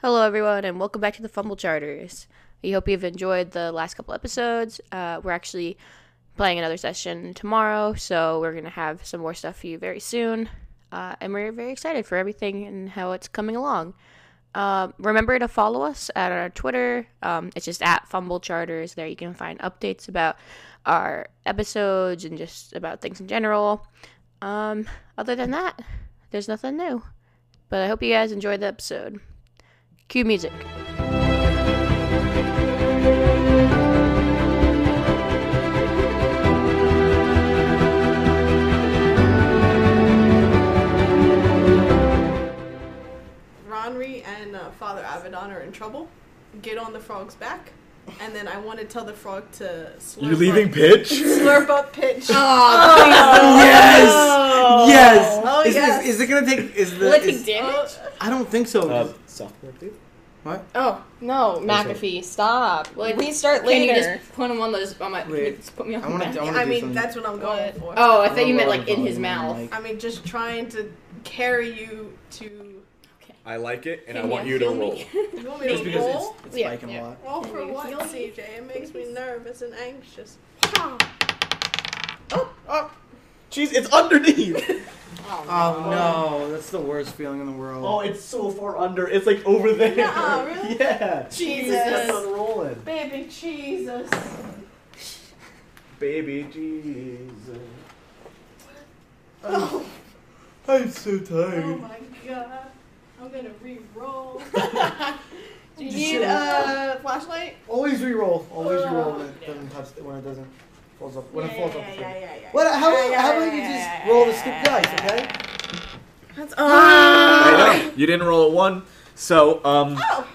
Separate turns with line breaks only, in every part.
Hello, everyone, and welcome back to the Fumble Charters. We hope you've enjoyed the last couple episodes. Uh, we're actually playing another session tomorrow, so we're going to have some more stuff for you very soon. Uh, and we're very excited for everything and how it's coming along. Um, remember to follow us at our Twitter. Um, it's just at Fumble Charters. There you can find updates about our episodes and just about things in general. Um, other than that, there's nothing new. But I hope you guys enjoyed the episode. Cue music.
Ronri and uh, Father Avedon are in trouble. Get on the frog's back, and then I want to tell the frog to slurp
You're leaving
up,
Pitch?
slurp up pitch.
Oh,
Yes! Yes!
Oh,
is,
yes. Oh,
Is, is it gonna take? Is the?
Will it take
is-
damage?
I don't think so.
Uh, sophomore, dude?
what?
Oh no, McAfee, stop!
Well,
we start
Can you
later.
just put him on those? On my, can you
Wait.
just put me on
I
my
wanna-
back?
I wanna-
I
do
mean,
something.
that's what I'm going for.
Oh, I thought you meant like in his mouth.
I mean, just trying to carry you to.
I like it, and I
Can
want
you
you to
feel me?
roll.
You want me to roll?
it's
Yeah,
spiking
yeah.
a lot.
Roll for
Can you
what,
feel me?
CJ? It makes me nervous and anxious.
Oh, jeez, it's underneath.
Oh no, that's the worst feeling in the world.
oh, it's so far under. It's like over there.
Nuh-uh, really?
Yeah.
Jesus.
That's unrolling.
Baby Jesus.
Baby Jesus.
Oh,
I'm so
oh
tired.
my god. I'm gonna re-roll. Do you
Just
need
so-
a flashlight?
Always re-roll. Always
Ugh.
re-roll when it doesn't touch. When it doesn't falls up. When
Yeah,
it falls
yeah,
off. the
yeah,
thing.
yeah, yeah,
What? How?
yeah, yeah,
how about
yeah,
you
yeah,
just
yeah,
roll
yeah,
the skip
yeah,
dice, okay?
That's ah!
I know. You didn't roll a one, so um,
Oh.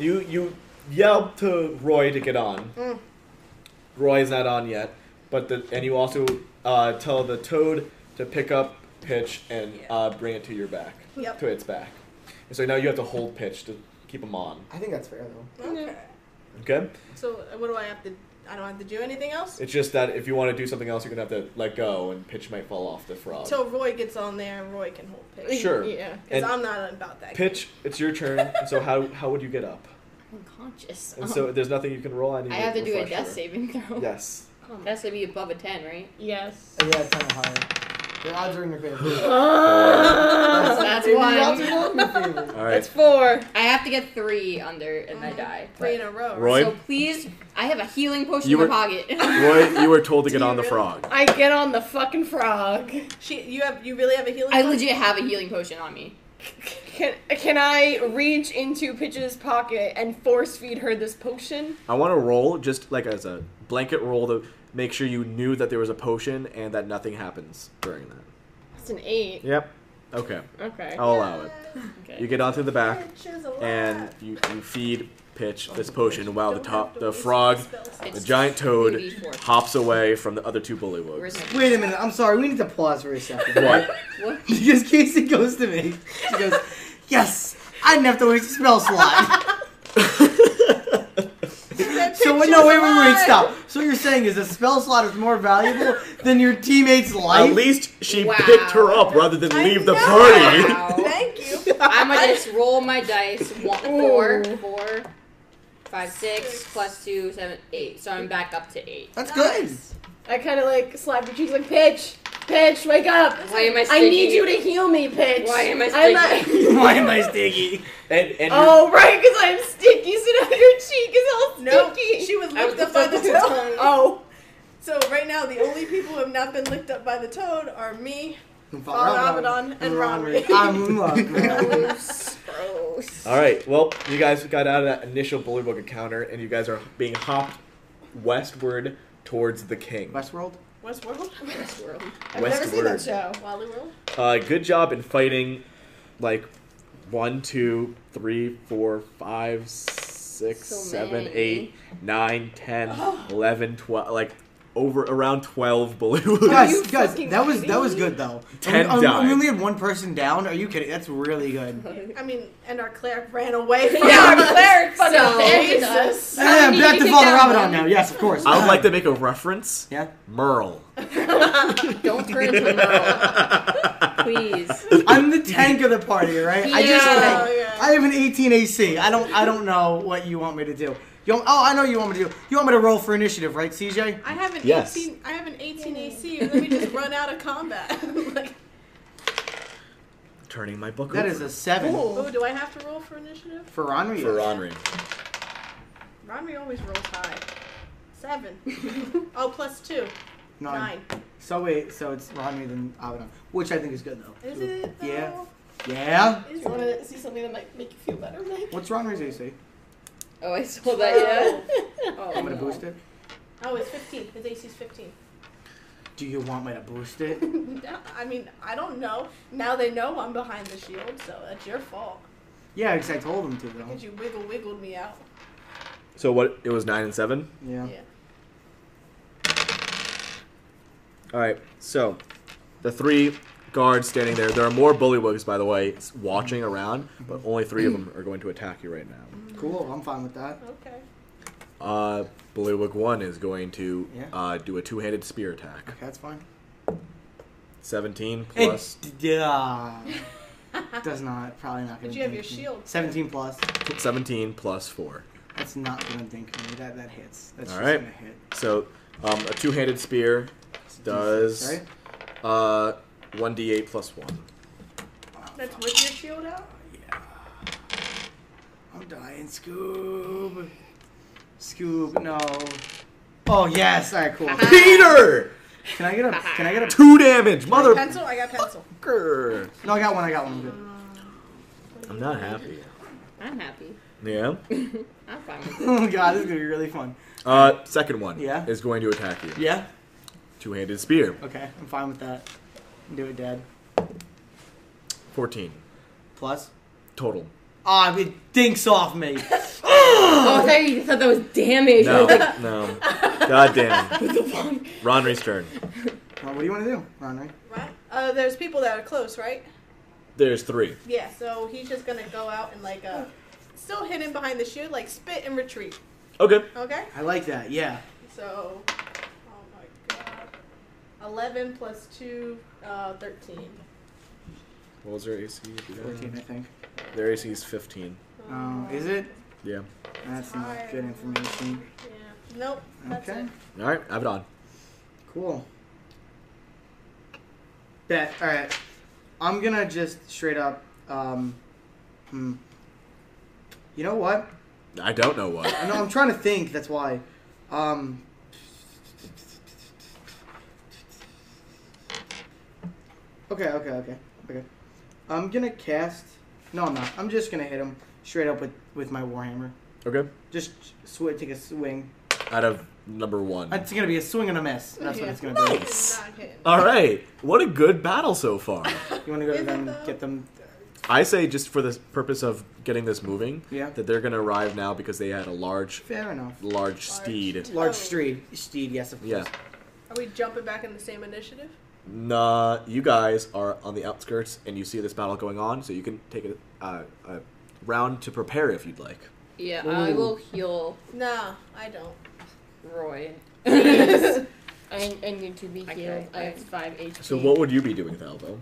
you you yelled to Roy to get on.
Mm.
Roy's not on yet, but the and you also uh, tell the toad to pick up pitch and
Yeah.
uh, bring it to your back,
Yep.
to its back. And so now you have to hold pitch to keep him on.
I think that's fair though.
Okay.
Okay.
So uh, what do I have to? I don't have to do anything else.
It's just that if you want to do something else, you're gonna have to let go, and pitch might fall off the frog.
Till Roy gets on there and Roy can hold pitch.
Sure.
Yeah.
Because
and
I'm not about that.
pitch, it's your turn. and so how how would you get up?
I'm unconscious.
And so there's nothing you can roll. I need.
Um, Uh-huh. I have to do a death
refresher.
saving throw.
Yes.
That's gonna be above a ten, right?
Yes.
Uh, Yeah, it's kind of higher. The odds are in your favor.
That's
Maybe
one.
The odds are not in your favor.
All right.
four.
I have to get three under, and I
Mhm.
die.
Three in a row. right?
Roy?
So please, I have a healing potion
You
in
were-
my pocket.
Roy, you were told to
get on the frog.
I get on the fucking frog.
She, you have, you really have a healing.
I
touch?
legit have a healing potion on me.
Can can I reach into Pitch's pocket and force feed her this potion?
I want to roll just like as a blanket roll to make sure you knew that there was a potion and that nothing happens during that.
That's an eight.
Yep. Okay.
Okay.
I'll allow it.
okay.
You get onto the back
Pitch is alive.
and you, you feed pitch this potion while the
Don't have
top
to
the
waste
frog
spells.
The
It's
giant toad
2d4.
hops away from the other two bullywugs.
Where's my-
Wait a minute. I'm sorry. We need to pause for a second.
What?
What?
Because Casey goes to me. She goes, Yes, I didn't have to waste a spell slot.
That
so,
pitch
wait, no,
is
wait, wait, wait,
alive.
stop. So, what you're saying is a spell slot is more valuable than your teammate's
At
life?
least she
Wow.
picked her up rather than
I
leave the
know.
party.
Wow.
Thank you.
I'm gonna just roll my dice. One, four,
Ooh.
four, five, six, plus two, seven, eight. So I'm back up to eight.
That's
Nice.
I kind of like slap her cheeks, like Pitch, Pitch, wake up.
Why am I?
I need
sticky?
you to heal me, Pitch.
Why am I
I'm
sticky?
good. Why am I sticky?
And, and
Oh, right, because I'm sticky, so now your cheek is all
No,
sticky.
she was
I was
licked up by the
licked
toad.
up by the toad.
Oh,
So right now, the only people who have not been licked up by the toad are me, Father
Abaddon
Avedon, and Ronri.
I'm in love, man.
Gross. Gross.
All right. Well, you guys got out of that initial bullywug encounter, and you guys are being hopped westward towards the king.
Westworld?
Westworld,
This world.
I've never seen that show.
Wally World.
Uh, good job in fighting, like one, two, three, four, five, six,
So
seven,
many.
eight, nine, ten, eleven, twelve. Like over around twelve bullywugs.
Guys,
you
guys,
fucking
that was
kidding
that was
me?
good though.
Ten
I'm, I'm,
died.
we only had one person down. Are you kidding? That's really good.
I mean, and our cleric ran away from
Yeah,
us.
our cleric fucking
So-
abandoned us.
Jesus.
I am
you
back
need
to
to
Father
take that
Abaddon
one.
now. Yes, of course.
I would like to make a reference.
Yeah.
Merle.
Don't turn into a Merle. Please.
I'm the tank of the party, right? I just
Yeah.
like
Yeah.
I have an 18 AC. I don't. I don't know what you want me to do. You want, oh, I know you want me to do. You want me to roll for initiative, right, CJ?
I have an
Yes.
18. I have an 18 AC, and then we just run out of combat. like,
Turning my book
That
over.
is a seven
oh, do I have to roll for initiative?
for Ronri.
for Ronri.
Ronri always rolls high. Seven. oh, plus two. Nine.
So wait, so it's Ronri then Abaddon, which I think is good though.
Is it? Though?
Yeah. Yeah.
Is
I want
it?
to see something that might make you feel better, Mike.
What's Ronri's AC?
Oh, I saw that, yeah.
I'm gonna boost it.
Oh, it's 15. His AC's 15.
Do you want me to boost it?
No, I mean, I don't know. Now they know I'm behind the shield, so that's your fault.
yeah, because I told him to though.
Because you wiggle wiggled me out.
So what? It was nine and seven.
Yeah.
Yeah.
All right. So the three guards standing there. There are more bullywogs, by the way, s- watching around, but only three of them are going to attack you right now.
Cool. I'm fine with that.
Okay.
Uh, bullywug one is going to
Yeah.
uh, do a two-handed spear attack.
Okay, that's fine.
Seventeen plus
It, yeah. Does not. Probably not gonna.
But you have
dink
your
me.
shield.
Seventeen plus.
seventeen plus four.
That's not gonna dink me. That that hits. That's
All
just
right.
gonna hit.
So um, a two-handed spear does
Right?
uh one d8 plus one.
That's with your shield out?
I'm dying, Scoob. Scoob, no. Oh yes. All right, cool.
Ah.
Peter,
Can I get a? Can I get a?
two damage,
Pencil? I got pencil.
motherfucker.
No, I got one. I got one. I'm good.
I'm not happy.
I'm happy.
Yeah.
I'm fine with it.
Oh god, this is gonna be really fun.
Uh, second one.
Yeah?
Is going to attack you.
Yeah.
Two-handed spear.
Okay, I'm fine with that. Do it, Dad.
Fourteen
Plus.
total.
Ah, it dinks off me.
Oh, I thought, you thought that was damage. I
No,
was like,
no. God damn.
what the fuck?
Ronry's turn.
Well, what do you want to do, Ron? Right?
Right? Uh, there's people that are close, right?
There's three.
Yeah, so he's just gonna go out and like uh still hidden behind the shield, like spit and retreat.
Okay.
Okay?
I like that. Yeah.
So oh my god. Eleven plus two, uh thirteen.
What was their AC?
Fourteen, I think.
Their AC is fifteen.
Oh,
Mm.
is it?
Yeah.
That's not
higher.
good information.
Yeah. Nope. That's
Okay.
it.
All right. Have it on.
Cool. Bet. All right. I'm gonna just straight up. Um, hmm. You know what?
I don't know what.
I know. I'm trying to think. That's why. Um. Okay. Okay. Okay. Okay. I'm gonna cast. No, I'm not. I'm just gonna hit him straight up with with my warhammer.
Okay.
Just sw- take a swing.
Out of number one.
Uh, It's gonna be a swing and a miss. That's what it's gonna be.
Nice.
Not hidden.
All right. What a good battle so far.
You want to go
Is
to
it
them,
though?
get them.
I say just for the purpose of getting this moving,
Yeah.
that they're gonna arrive now because they had a large,
Fair enough.
large, steed.
Large
Oh.
Steed. Steed, yes, of course.
Yeah.
Are we jumping back in the same initiative?
Nah, you guys are on the outskirts, and you see this battle going on, so you can take a, uh, a round to prepare if you'd like.
Yeah, I
Ooh.
will heal
Nah, I don't.
Roy. I, I need to be healed.
Okay,
I have 5 HP.
So what would you be doing with Alvo?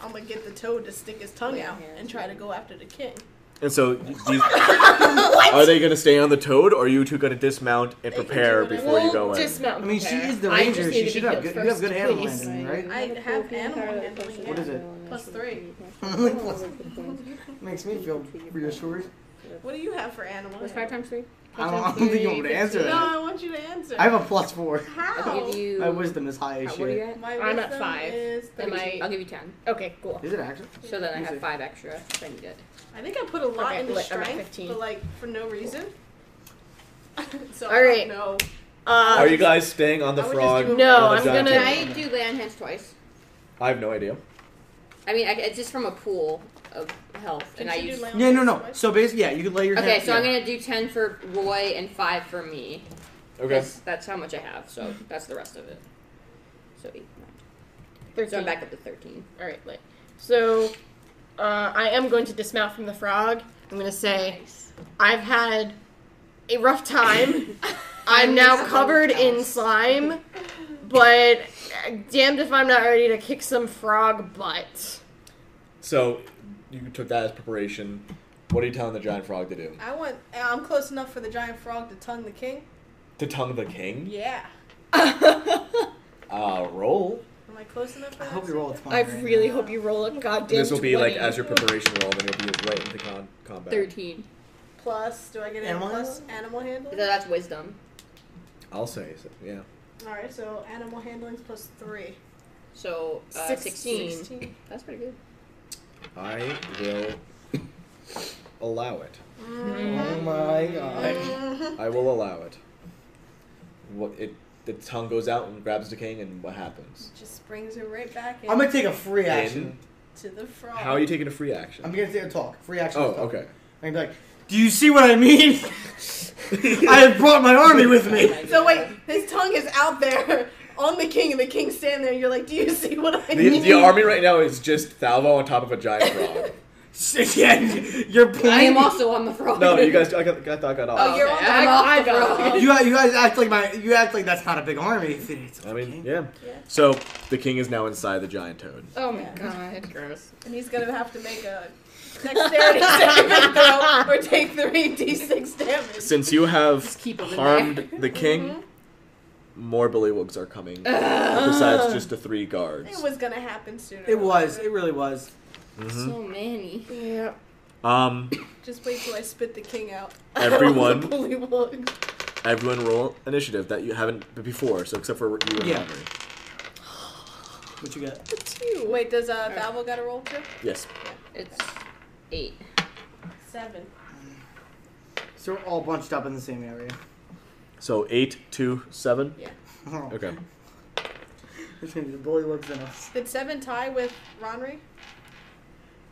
I'm gonna get the toad to stick his tongue out and try to go after the king.
And so, do you- are they gonna stay on the toad, or are you two gonna dismount and
They can
prepare
do whatever.
before you go in?
Dismount
I mean, she
prepare.
is the
I
ranger.
just need
She
to
should
be
have
healed
good- you have good animal
please.
handling, right?
I have animal handling,
What is it?
Plus three.
Makes me feel reassured.
What do you have for animal?
What's five
handling?
times three?
I don't, I don't think you'll be able to answer
No,
that.
I want you to answer.
I have a plus four.
How?
I'll give you.
My wisdom is high as
What are you
shit.
at?
My
I'm at
wisdom
five.
Is
Am
13.
I? I'll give you ten. Okay, cool.
Is it actually?
So then I
Use
have
it.
five extra. If I need it.
I think I put a lot
Okay,
into
like, I'm at
strength,
15.
but like for no reason. so I
Alright.
don't know.
Uh,
Are you guys staying on the
I would just
frog?
do a-
No,
Oh,
I'm
it's
gonna.
Can
Can
I do lay on hands twice?
I have no idea.
I mean, I, it's just from a pool of health,
Can
and I
she do
use.
lay on
Yeah, no,
hands
no.
twice?
So basically, yeah, you could lay your
Okay,
hand.
so I'm
yeah.
gonna do ten for Roy and five for me.
Okay.
'cause That's how much I have. So that's the rest of it. So eight, nine. So I'm back up to thirteen.
All right, wait. So, uh, I am going to dismount from the frog. I'm going to say, I've had a rough time. I'm now covered in slime, but damned if I'm not ready to kick some frog butt.
So you took that as preparation. What are you telling the giant frog to do?
I want. I'm close enough for the giant frog to tongue the king.
To tongue the king?
Yeah.
Uh, roll.
Am I close enough for
I
that?
hope you roll a 20.
I
right
really
now.
hope you roll a goddamn.
This will be like
20.
as your preparation roll, then you'll be right into con- combat.
Thirteen.
Plus, do I get animal
Animal
plus
handling?
animal
So
handling?
that's wisdom.
I'll say, so, yeah.
All right, so animal handling's plus three.
So uh,
Sixteen.
sixteen.
Sixteen.
That's pretty good.
I will allow it.
Oh
Mm-hmm.
my god.
I will allow it. What it the tongue goes out and grabs the king, and what happens?
Just brings her right back in
I'm gonna take a free action.
to the frog.
How are you taking a free action?
I'm gonna take a talk. Free action.
oh,
talk.
okay.
I'm gonna be like, do you see what I mean? I have brought my army with me.
So wait, his tongue is out there on the king, and the king's standing there. And you're like, do you see what I
The,
mean?
the army right now is just Thalvo on top of a giant frog.
yeah, you're playing.
I am also on the front.
no, you guys, I, got, I thought I got
Oh,
off.
you're
okay.
on the
I'm
I
off the
got
frog.
off.
You, you guys act like my. You act like that's not a big army. It's
I mean,
okay.
yeah.
Yeah.
So the king is now inside the giant toad.
Oh my god. Gross.
And he's gonna have to make a dexterity saving throw or take three d6 damage.
Since you have
Just keep him in
harmed
there.
the king,
Mm-hmm.
more bullywugs are coming. besides just the three
It
guards.
was gonna happen sooner.
It
or
was.
later.
It really was.
Mm-hmm.
So many.
Yeah.
Um,
Just wait till I spit the king out.
Everyone-
The bullywug.
everyone roll initiative that you haven't b- before. So except for you and
Yeah.
Henry.
What you got?
Two.
Wait, does uh, Valvo got a roll too?
Yes.
It's eight.
Seven.
So we're all bunched up in the same area.
So eight, two, seven. Um, Okay.
It's gonna be Oh, the bullywugs and us.
Did seven tie with Ronry?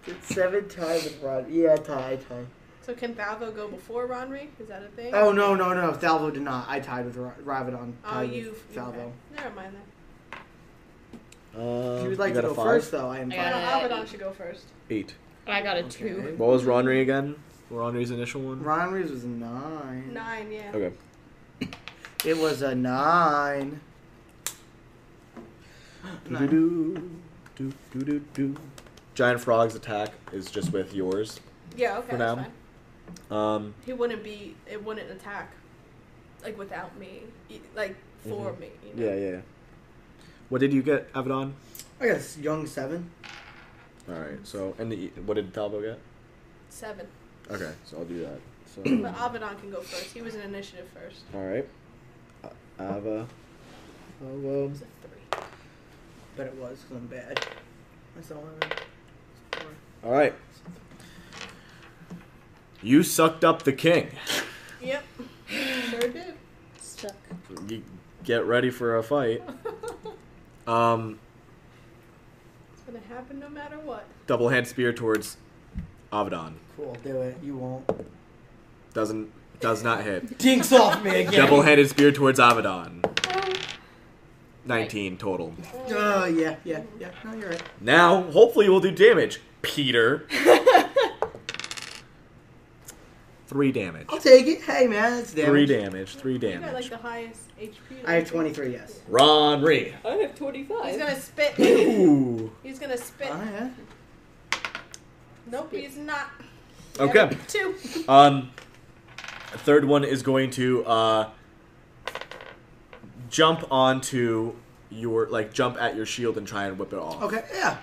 It's seven tie with Rod. Yeah, tie, tie.
So can Valvo go before Ronry? Is that a thing?
Oh no, no, no. Thalvo did not. I tied with Ra- Ravidon.
Oh,
tied with
you.
Thalvo.
Okay. Never mind then.
Um,
If you would like to
got a
go
five?
first, though, I am
I
Yeah,
fine.
no,
got it.
Abaddon should go first.
Eight.
I got a two.
Okay.
What was Ronry again? Ronry's initial one.
Ron Reeves was a nine.
Nine, yeah.
Okay.
It was a nine. nine.
Do-do-do, do-do-do-do. Giant frog's attack is just with yours.
Yeah, okay.
For
that's
now.
fine.
Um,
He wouldn't be. It wouldn't attack, like without me, e- like for me. You know?
Mm-hmm. yeah, yeah. yeah. What did you get, Avedon?
I got a s- young seven.
All right. So, and the, e, what did Talbo get?
Seven.
Okay, so I'll do that. So,
But Abaddon can go first. He was an initiative first.
all right. Uh, Ava.
Oh,
Hello.
It was a three.
But it was 'cause I'm bad. That's all I know. It's four.
All right. You sucked up the king.
Yep. Sure did.
Stuck.
You get ready for a fight. Um,
It's gonna happen no matter what.
double hand spear towards Avedon.
Cool, do it. You won't.
Doesn't does not hit.
Dinks off me again.
Double handed spear towards Avedon. 19 total.
Oh, yeah, yeah, yeah. No, you're right.
Now, hopefully, we'll do damage, Peter. Three damage.
I'll take it. Hey, man, it's damage.
Three damage. Three
You got like
damage.
the highest HP.
I have
like-
23, yes.
Ron Ree.
Oh.
I have twenty-five.
He's gonna spit.
Ooh.
He's gonna spit.
Oh, yeah.
Nope, he's not.
Okay.
Two.
Um, the third one is going to uh, jump onto your like jump at your shield and try and whip it off.
Okay, yeah.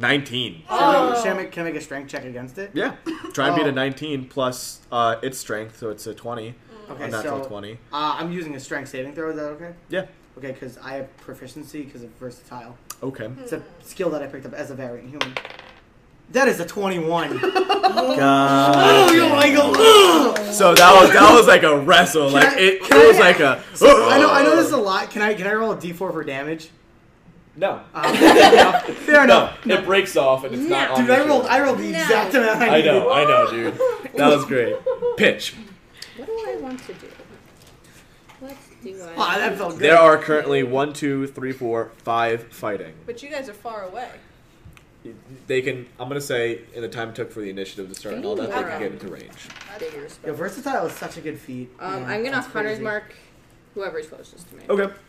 Nineteen.
Should, I make, should I make, can I make a strength check against it?
Yeah. Try and beat
Oh.
a nineteen plus uh, its strength, so it's a twenty.
Okay,
a natural
so
twenty.
Uh, I'm using a strength saving throw. Is that okay?
Yeah.
Okay, because I have proficiency because of versatile.
Okay.
It's a skill that I picked up as a variant human. That is a 21.
God.
you're like, oh. ugh!
So that was that was like a wrestle. Like
I-
it, it
can I-
was like a. oh.
I know, I know this is a lot. Can I can I roll a d4 for damage?
No.
Uh, fair enough. Fair
No,
enough.
it breaks off and it's not. on
Dude,
the
I rolled
shield.
I rolled the
No.
exact amount. I,
I know,
needed.
I know, dude. That was great. Pitch.
What do I want to do? What do I?
Wow, that felt good.
There are currently one, two, three, four, five fighting.
But you guys are far away.
They can. I'm gonna say in the time it took for the initiative to start and all that, they can get into range.
Bigger
Yo,
spell.
versatile is such a good feat.
Um,
Yeah,
I'm gonna
that's
hunter's
crazy.
mark whoever's closest to me.
Okay.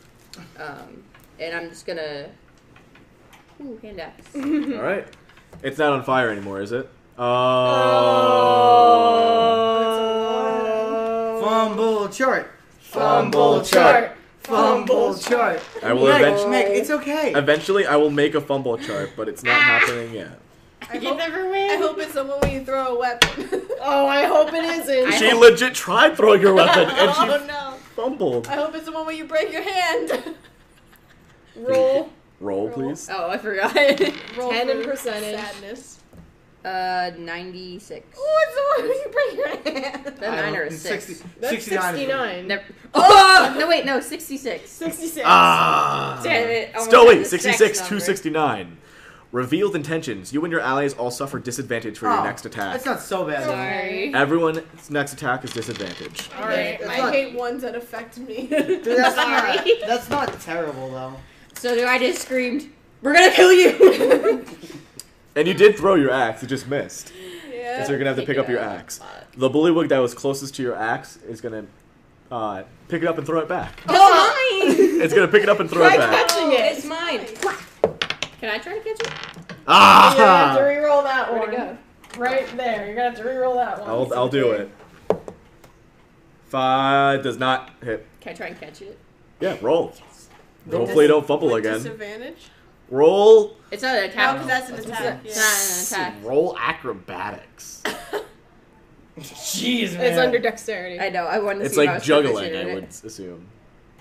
Um, and I'm just gonna. Ooh, hand axe.
Hmm.
all right. It's not on fire anymore, is it? Oh.
Oh. Fumble chart.
Fumble chart.
Fumble chart.
I will
Nick,
eventually.
Nick, it's okay.
Eventually, I will make a fumble chart, but it's not happening yet.
I
You
hope,
never
I
win.
hope it's the one where you throw a weapon.
Oh, I hope it isn't.
She legit tried throwing her weapon and she
oh no.
fumbled.
I hope it's the one where you break your hand.
Roll
Roll, please.
Oh, I forgot.
Roll
Ten in
for
percentage.
Sadness.
uh, 96.
Oh, it's the one where you break your hand.
The
I don't-
niner is 6.
60
that's
69.
69.
Never- oh! no, wait, no, 66.
66.
Ah!
Damn it. Oh I almost
Still
had
wait,
the sex
66,
number.
269. Revealed intentions. You and your allies all suffer disadvantage for your
Oh,
next attack.
That's not so bad. though.
Sorry.
Everyone's next attack is disadvantage.
All right,
That's
I
not-
hate ones that affect me.
Dude, that's not,
Sorry.
that's not terrible though.
So do I just screamed, We're gonna kill you!
And you did throw your axe, it just missed.
yeah.
And so you're gonna have to
Take
pick up
Uh, it
your
out.
axe. The bullywug that was closest to your axe is gonna uh, pick it up and throw it back.
It's mine!
It's gonna pick it up and throw
Try
it back.
catching it! It's mine! Can I try to catch it?
You're gonna have to
Ah!
re-roll that
Where'd
one.
it go?
Right there. You're gonna have to re-roll that one.
I'll, I'll do it. Five does not hit.
Can I try and catch it?
Yeah, roll.
With
Hopefully,
dis-
don't fumble
With
again.
Disadvantage.
Roll.
It's not an
No,
attack.
because that's an attack.
It's
Yeah.
not an attack.
Roll acrobatics.
Jeez, man.
It's under dexterity.
I know, I wanted to
It's
see if I
like
was
juggling, I
proficient in
would
it.
assume.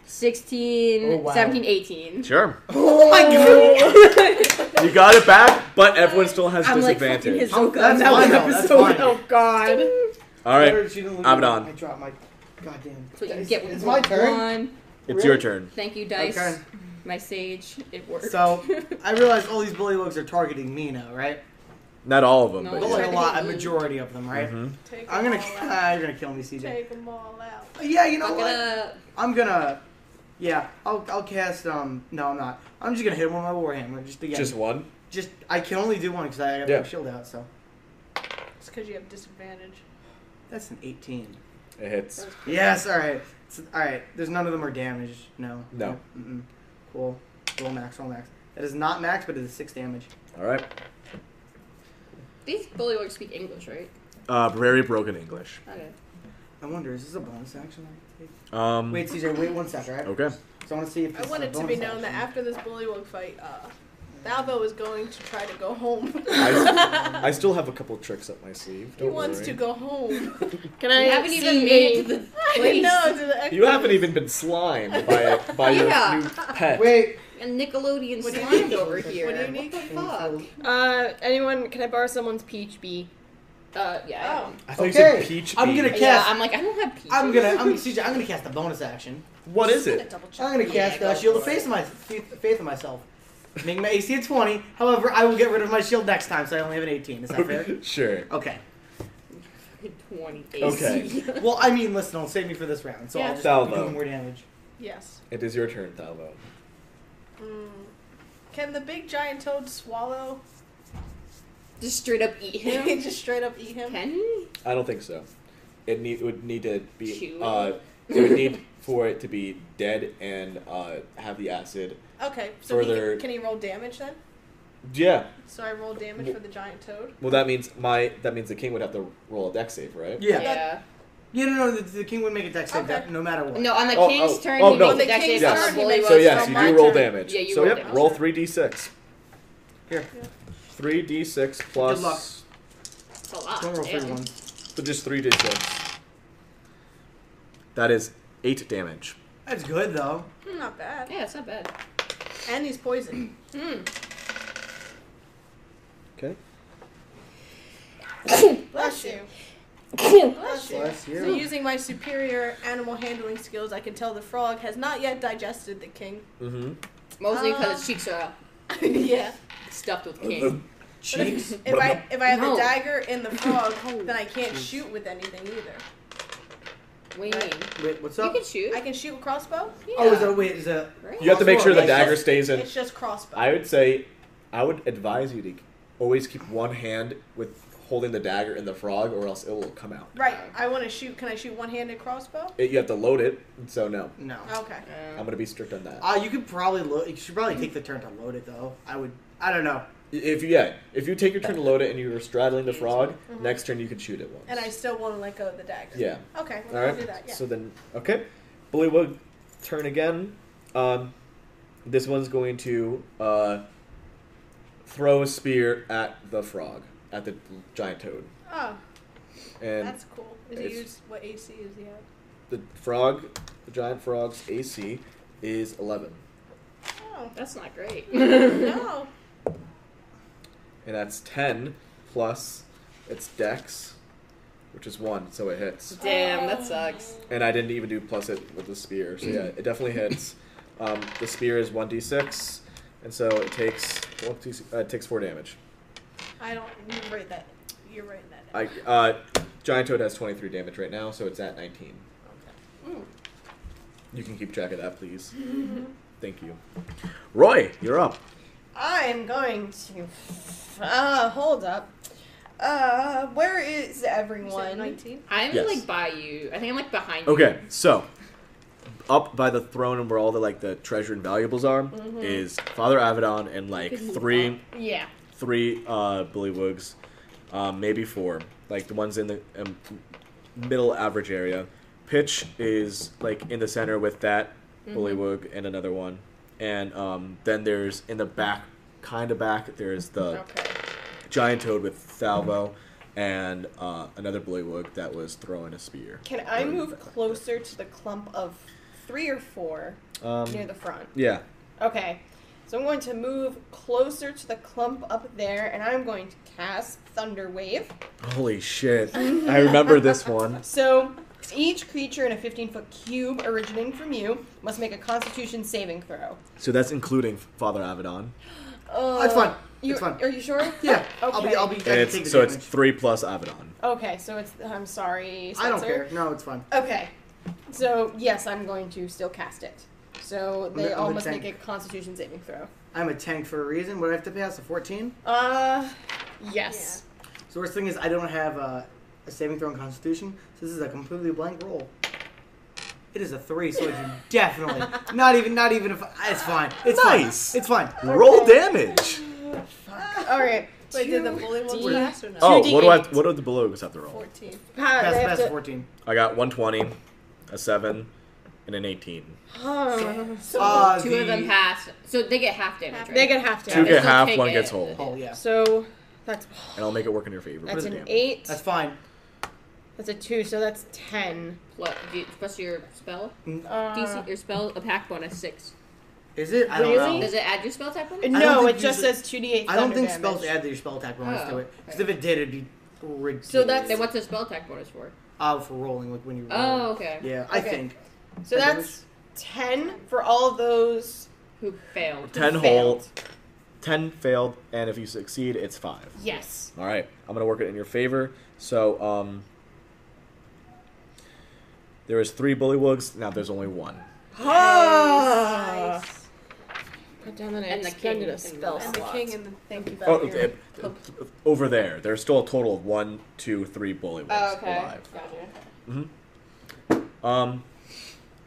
16,
Oh, wow.
17, 18.
Sure.
Oh my god.
You got it back, but everyone still has
I'm like fucking
disadvantage.
his on
That's
Oh that
fine,
one
though, that's
episode.
fine.
Oh god.
All right,
Better she didn't look
I'm
at me.
done.
I dropped my goddamn.
So you
It's-
get
it's my turn.
one.
it's your turn.
Thank you, dice.
Okay.
My sage. It worked.
So I realize all these bullywugs are targeting me now, right?
Not all of them,
No.
but
But
yeah.
like a
Targeting
lot, a
me.
majority of them, right?
Mhm.
Take
I'm
'em
gonna,
all out.
you're gonna kill me, CJ.
Take them all out.
Yeah, you know
Fuck it
what?
up.
I'm gonna, yeah, I'll, I'll cast. Um, no, I'm not. I'm just gonna hit him with my warhammer. Just again.
Just
Just,
one.
just I can only do one because I have
Yeah.
my shield out. So
It's because you have disadvantage.
that's an 18.
It hits.
Yes. All right. It's, all right. There's none of them are damaged. No.
No.
Mm-mm. Cool. Roll max. Roll max. That is not max, but it is six damage.
All right.
These bullywugs speak English, right? Uh,
Uh, very broken English.
Okay.
I wonder, is this a bonus action? I can
Um,
take? Wait, CJ. Wait one second. Right.
okay.
So I want to see if
I
this
want
is a
it to be
bonus
known that
action.
after this bullywug fight, uh, Valvo is going to try to go home.
I, I still have a couple tricks up my sleeve.
he
don't
wants
worry.
to go home.
Can I
You haven't
see
even made it to the
I
place.
know. To the
You haven't even been slimed by by your
Yeah.
new pet.
Wait.
A Nickelodeon
What do you
slimed
need?
over
What do
here.
you need?
What the fuck?
Uh, anyone? Can I borrow someone's peach bee?
Uh, yeah.
Oh,
I thought you
Okay.
said peach.
I'm
bee.
gonna-
Oh.
Yeah,
Yes.
I'm like, I don't have peaches.
I'm gonna, I'm, CJ, I'm gonna cast a bonus action.
What is
I'm gonna
it?
double check.
I'm gonna
Yeah,
cast
go
uh, Shield of
for it.
Faith, my, faith of myself. Make my AC a 20. However, I will get rid of my shield next time, so I only have an 18. Is that fair?
sure.
Okay.
20
Okay.
Well, I mean, listen, don't save me for this round, so
Yeah.
I'll just
Salvo.
do more damage.
Yes.
It is your turn, Thalvo.
Mm. Can the big giant toad swallow?
Just straight up eat him.
just straight up eat him.
Can he?
I don't think so. It need, would need to be.
Chew.
Uh, it would need for it to be dead and uh, have the acid.
Okay. So he
Further-
can, can he roll damage then?
Yeah.
So I roll damage for the giant toad.
Well, that means my that means the king would have to roll a deck save, right?
Yeah.
Yeah.
You no, no, the, the king would make a dex save
Okay.
that no matter what.
No, on the
Oh,
king's
oh,
turn,
oh,
he
no.
makes
The
a dex
king's
save
turn,
on
he
the
makes
bullywug.
So yes,
So
you
my
do roll
turn.
damage.
Yeah, you
so
roll
yep,
damage.
roll three d six.
Here,
Three d six
Good luck.
plus.
That's a lot.
don't roll free
damn.
ones.
So just three d six. That is eight damage.
That's good though.
Hmm, Not bad.
Yeah, it's not bad.
And he's poisoned.
Okay.
Bless you. Bless you.
Bless
So
you.
using my superior animal handling skills, I can tell the frog has not yet digested the king.
Mm-hmm.
Mostly
Uh,
because his cheeks are
yeah.
stuffed with king.
Cheeks.
If I if I have
No.
a dagger in the frog, then I can't shoot with anything either.
Wait, you
Wait, what's up?
can shoot.
I can shoot with crossbow.
yeah.
Oh, is that wait? Is that?
Right?
You have to make sure the
Yeah,
dagger stays in.
It's just crossbow.
I would say, I would advise you to always keep one hand with holding the dagger in the frog, or else it will come out.
right. I want to shoot. Can I shoot one-handed crossbow?
It, you have to load it, so no.
No.
Okay.
Um, I'm gonna be strict on that.
Uh, you could probably load. You should probably take the turn to load it though. I would. I don't know.
If you yeah, if you take your turn to load it and you're straddling the frog, next turn you can shoot it once.
Mm-hmm. And I still want to let go of the dagger.
yeah.
Okay.
All
Well, I'll
right.
do that. Yeah.
So then okay, Bullywug turn again. Um, this one's going to uh, throw a spear at the frog at the giant toad,
oh,
and
that's cool. Is
it's-
it used? What AC is he at?
the frog, the giant frog's AC is eleven,
Oh
That's not great.
no.
and that's ten plus its Dex, which is one, so it hits.
Damn,
Um,
that sucks.
and I didn't even do plus it with the spear. So yeah, it definitely hits. Um, the spear is one d six, and so it takes well, it takes- uh, it takes four damage.
I don't. You write that. You're writing that.
I uh, giant toad has twenty three damage right now, so it's at nineteen. You can keep track of that, please. Thank you, Roy. You're up.
I'm going to. Uh, hold up.
Uh, where is
everyone?
Nineteen.
I'm
Yes.
like by you. I think I'm like behind you.
Okay, so up by the throne and where all the like the treasure and valuables are
Mm-hmm.
is Father Avedon and like three.
Yeah.
three uh, bullywugs, um, maybe four. Like the ones in the um, middle average area. Pitch is like in the center with that
Mm-hmm.
bullywug and another one, and um, then there's in the back, kind of back, there's the
Okay.
giant toad with Salvo. And uh, another bullywug that was throwing a spear. Um,
Can I move closer to the clump of three or four
Um,
near the front?
yeah,
Okay. So I'm going to move closer to the clump up there, and I'm going to cast Thunder Wave.
holy shit! I remember this one.
So each creature in a 15 foot cube originating from you must make a Constitution saving throw.
So that's including Father Avedon.
Uh,
That's fine. Oh.
You,
It's fine.
Are you sure?
Yeah, I'll
Okay.
be. I'll be. I
And
can take
it's,
the
so
damage.
it's three plus Avedon.
Okay, so it's. I'm sorry.
I don't
Spencer.
care. No, it's fine.
Okay. So, yes, I'm going to still cast it. So
I'm
they
a-
all
I'm a
must make a
tank.
constitution saving throw.
I'm a tank for a reason. What do I have to pass? A 14.
Uh, yes.
So worst thing is I don't have a, a saving throw in Constitution. So this is a completely blank roll. It is a three, so you definitely not even not even if it's fine. It's
Nice.
Fine. It's fine.
Roll damage.
All right.
Wait, did the
two
bully one
D-
last or no?
Oh, what do I?
2d8.
What do the belows have to roll?
Fourteen.
Ah,
Pass
they have
pass
to-
14.
I got 120, a seven, and an 18.
Oh,
So
Uh,
two
the-
of them pass. So they get half damage.
Half
right?
they get half
Two
damage.
Okay.
get
Still
half,
take
one
it.
gets whole,
Oh yeah.
So that's
and I'll make it work in your favor. but
that's an
damn.
eight.
That's
That's,
fine.
a two. So that's ten.
Plus, do you- plus your spell.
Uh,
DC, your spell attack bonus six.
Is it? I don't
Really?
know.
Does it add your spell attack bonus?
don't
no,
think
it just
usually-
says two d eight.
I don't think spells add to your spell attack bonus
Oh,
to it. Because
okay.
if it did, it'd be ridiculous.
So that's-
Then what's the spell attack bonus for?
oh for rolling like when you roll.
Oh, okay.
Yeah, I
Okay.
think.
So
That
that's ten for all those.
Who failed?
who
10 whole,
failed.
10 failed, and if you succeed, it's five.
Yes.
All right, I'm gonna work it in your favor. So, um, there was three bullywugs. Now there's only one.
Ah. Put down the
And the
expended
king
a
and
spell
the-
And the
slot.
king and the thank you.
Oh, eh, eh, over there. There's still a total of one, two, three bullywugs
Oh, okay.
alive.
Gotcha.
Um,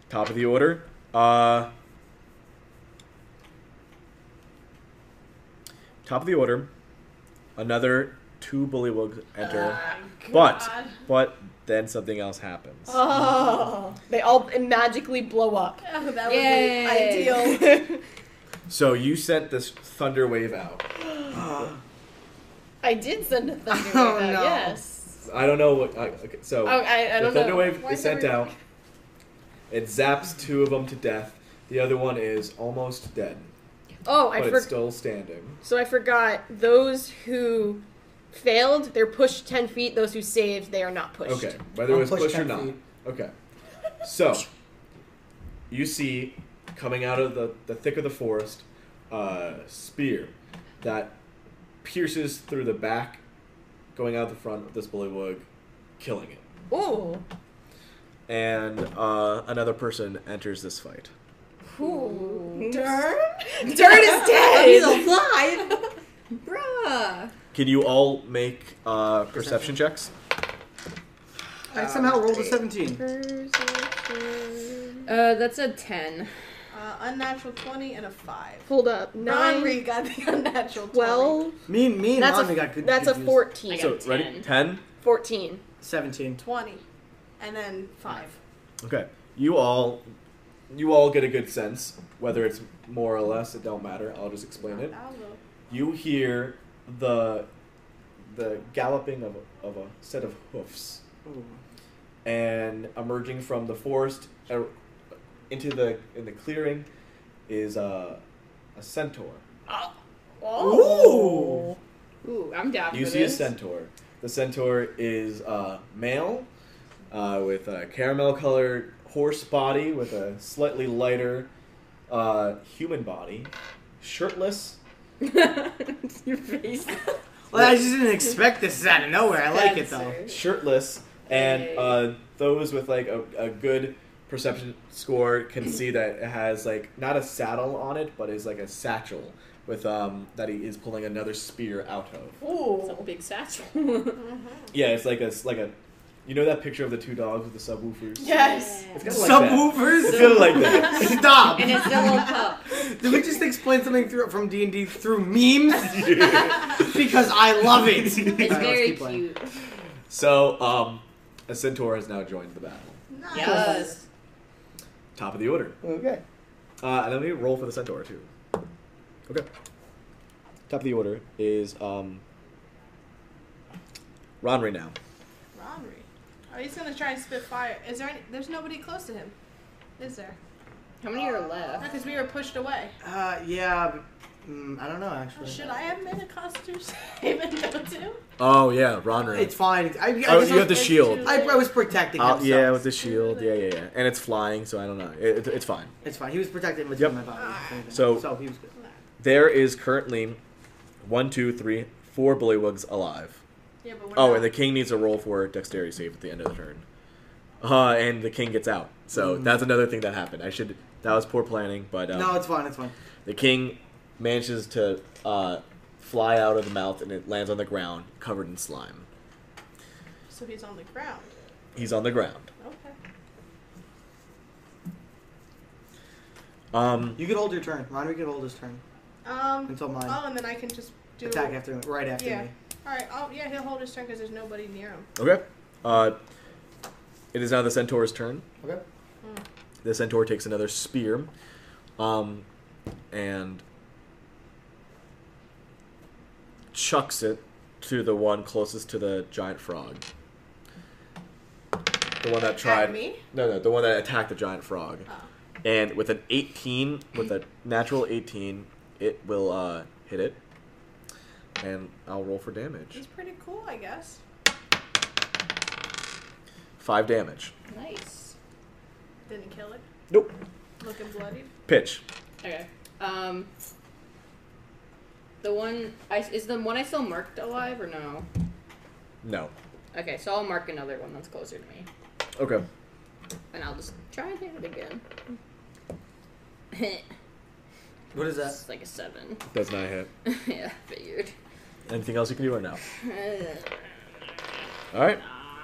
top of the order. Uh, top of the order. Another two bullywugs enter, but but then something else happens.
Oh, they all magically blow up.
Oh, that would
Yay.
be ideal.
So you sent this thunder wave out.
I did send a thunder wave
Oh,
out,
no.
Yes.
I don't know what. I, okay, so
Oh, I, I
the
don't
thunder
know.
wave
Why
is sent
everyone-
out. It zaps two of them to death. The other one is almost dead,
Oh,
but
I
it's
forgot.
still standing.
So I forgot those who failed. They're pushed ten feet. Those who saved, they are not pushed.
Okay, whether it
I'll
was
push
pushed or
10
not.
feet.
Okay. So, you see coming out of the, the thick of the forest a spear that pierces through the back, going out the front of this bullywug, killing it.
Ooh.
And uh, another person enters this fight.
Ooh.
Darn.
Dirt is dead.
alive. Bruh.
Can you all make uh, perception checks?
I somehow rolled a 17.
Uh, that's a ten.
I Uh, unnatural 20 and a 5.
Hold up. Nine,
Ronri got the unnatural 20.
Well,
Me, and- me and
that's
Ronnie
a,
got good.
that's a
confused.
14.
I
So,
got
ready?
10.
10?
14.
17.
20. And then 5.
Okay. You all you all get a good sense whether it's more or less, it don't matter. I'll just explain it.
I will.
You hear the the galloping of a, of a set of hoofs
Ooh.
and emerging from the forest er, into the in the clearing is a a centaur.
Oh. Ooh, I'm down
You
for
see a
this.
centaur. The centaur is uh, male uh, with a caramel colored horse body with a slightly lighter uh, human body, shirtless.
Your face.
Well, I just didn't expect this out of nowhere. I like it though.
Spencer.
shirtless, and uh, those with like a, a good perception score can see that it has like not a saddle on it, but is like a satchel with um that he is pulling another spear out of.
It's a big satchel.
Yeah, it's like a s- like a, you know that picture of the two dogs with the subwoofers.
Yes.
It's kinda like that. It's
Subwoofers.
kind of like that.
Stop.
and it's a little pup.
Did we just explain something through, from D and D through memes? because I love it. It's
It's very cute.
So um, a centaur has now joined the battle.
Nice.
Yes.
Top of the order.
Okay.
Uh, and let me roll for the centaur too. Okay. Top of the order is um. Ron right now.
Ronri. Oh, he's gonna try and spit fire. Is there any. There's nobody close to him. Is there?
How many are left?
Because we were pushed away. Oh,
Uh, yeah. but, mm, I don't know actually.
Should I have made a constitution save and go to?
Oh yeah, Ronru.
It's fine. I, I,
oh,
guess
you have
I,
the shield.
I, I was protecting him.
Uh,
so
yeah, with the shield. Yeah, yeah, yeah. And it's flying, so I don't know. It, it- it's fine.
It's fine. He was protecting
Yep.
between my body. if anything.
So-
so he was good.
There is currently one, two, three, four bullywugs alive.
Yeah, but we're
Oh,
not.
and the king needs a roll for dexterity save at the end of the turn. Uh, and the king gets out. So that's another thing that happened. I should. That was poor planning, but um,
No, it's fine. It's fine.
the king manages to uh, fly out of the mouth, and it lands on the ground, covered in slime.
So he's on the ground.
He's on the ground.
Okay.
Um,
You could hold your turn. Ronnie could hold his turn
Um.
until mine.
Oh, and then I can just do.
Attack after me. Right after
Yeah.
me.
Alright, oh, yeah, he'll hold his turn because there's nobody near him.
okay. Uh, it is now the centaur's turn.
Okay.
The centaur takes another spear, um, and chucks it to the one closest to the giant frog. The one that tried.
me?
No, no, the one that attacked the giant frog. And with an 18, with a natural 18, it will uh, hit it. And I'll roll for damage.
He's pretty cool, I guess.
Five damage.
Nice.
Didn't kill it.
Nope.
Looking bloodied.
Pitch.
Okay. Um. The one I is the one I still marked alive or no?
No.
Okay, so I'll mark another one that's closer to me,
Okay.
and I'll just try and hit it again.
What is that?
That's like a seven.
Does not hit.
yeah, figured.
Anything else you can do right now?
Uh,
All right.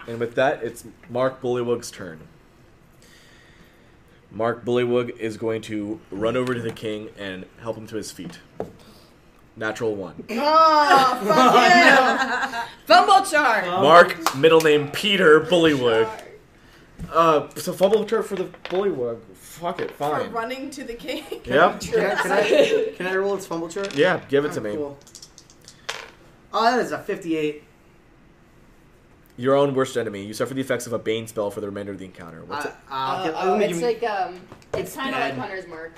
And with that, it's Mark Bullywug's turn. Mark Bullywug is going to run over to the king and help him to his feet. Natural one.
Fumble charge.
Mark, middle name Peter Bullywug. Uh, so fumble turf for the Bullywug. Fuck it,
For
fine.
running to the king.
Yep.
Can I, can, I, can I roll its fumble chart?
Yeah, give it to me.
Cool. Oh, that is a 58.
Your own worst enemy. You suffer the effects of a bane spell for the remainder of the encounter. What's
Uh,
it?
uh,
Uh,
okay,
oh,
let me
it's
give
like um, it's
It's
kind of like
bad.
Hunter's mark.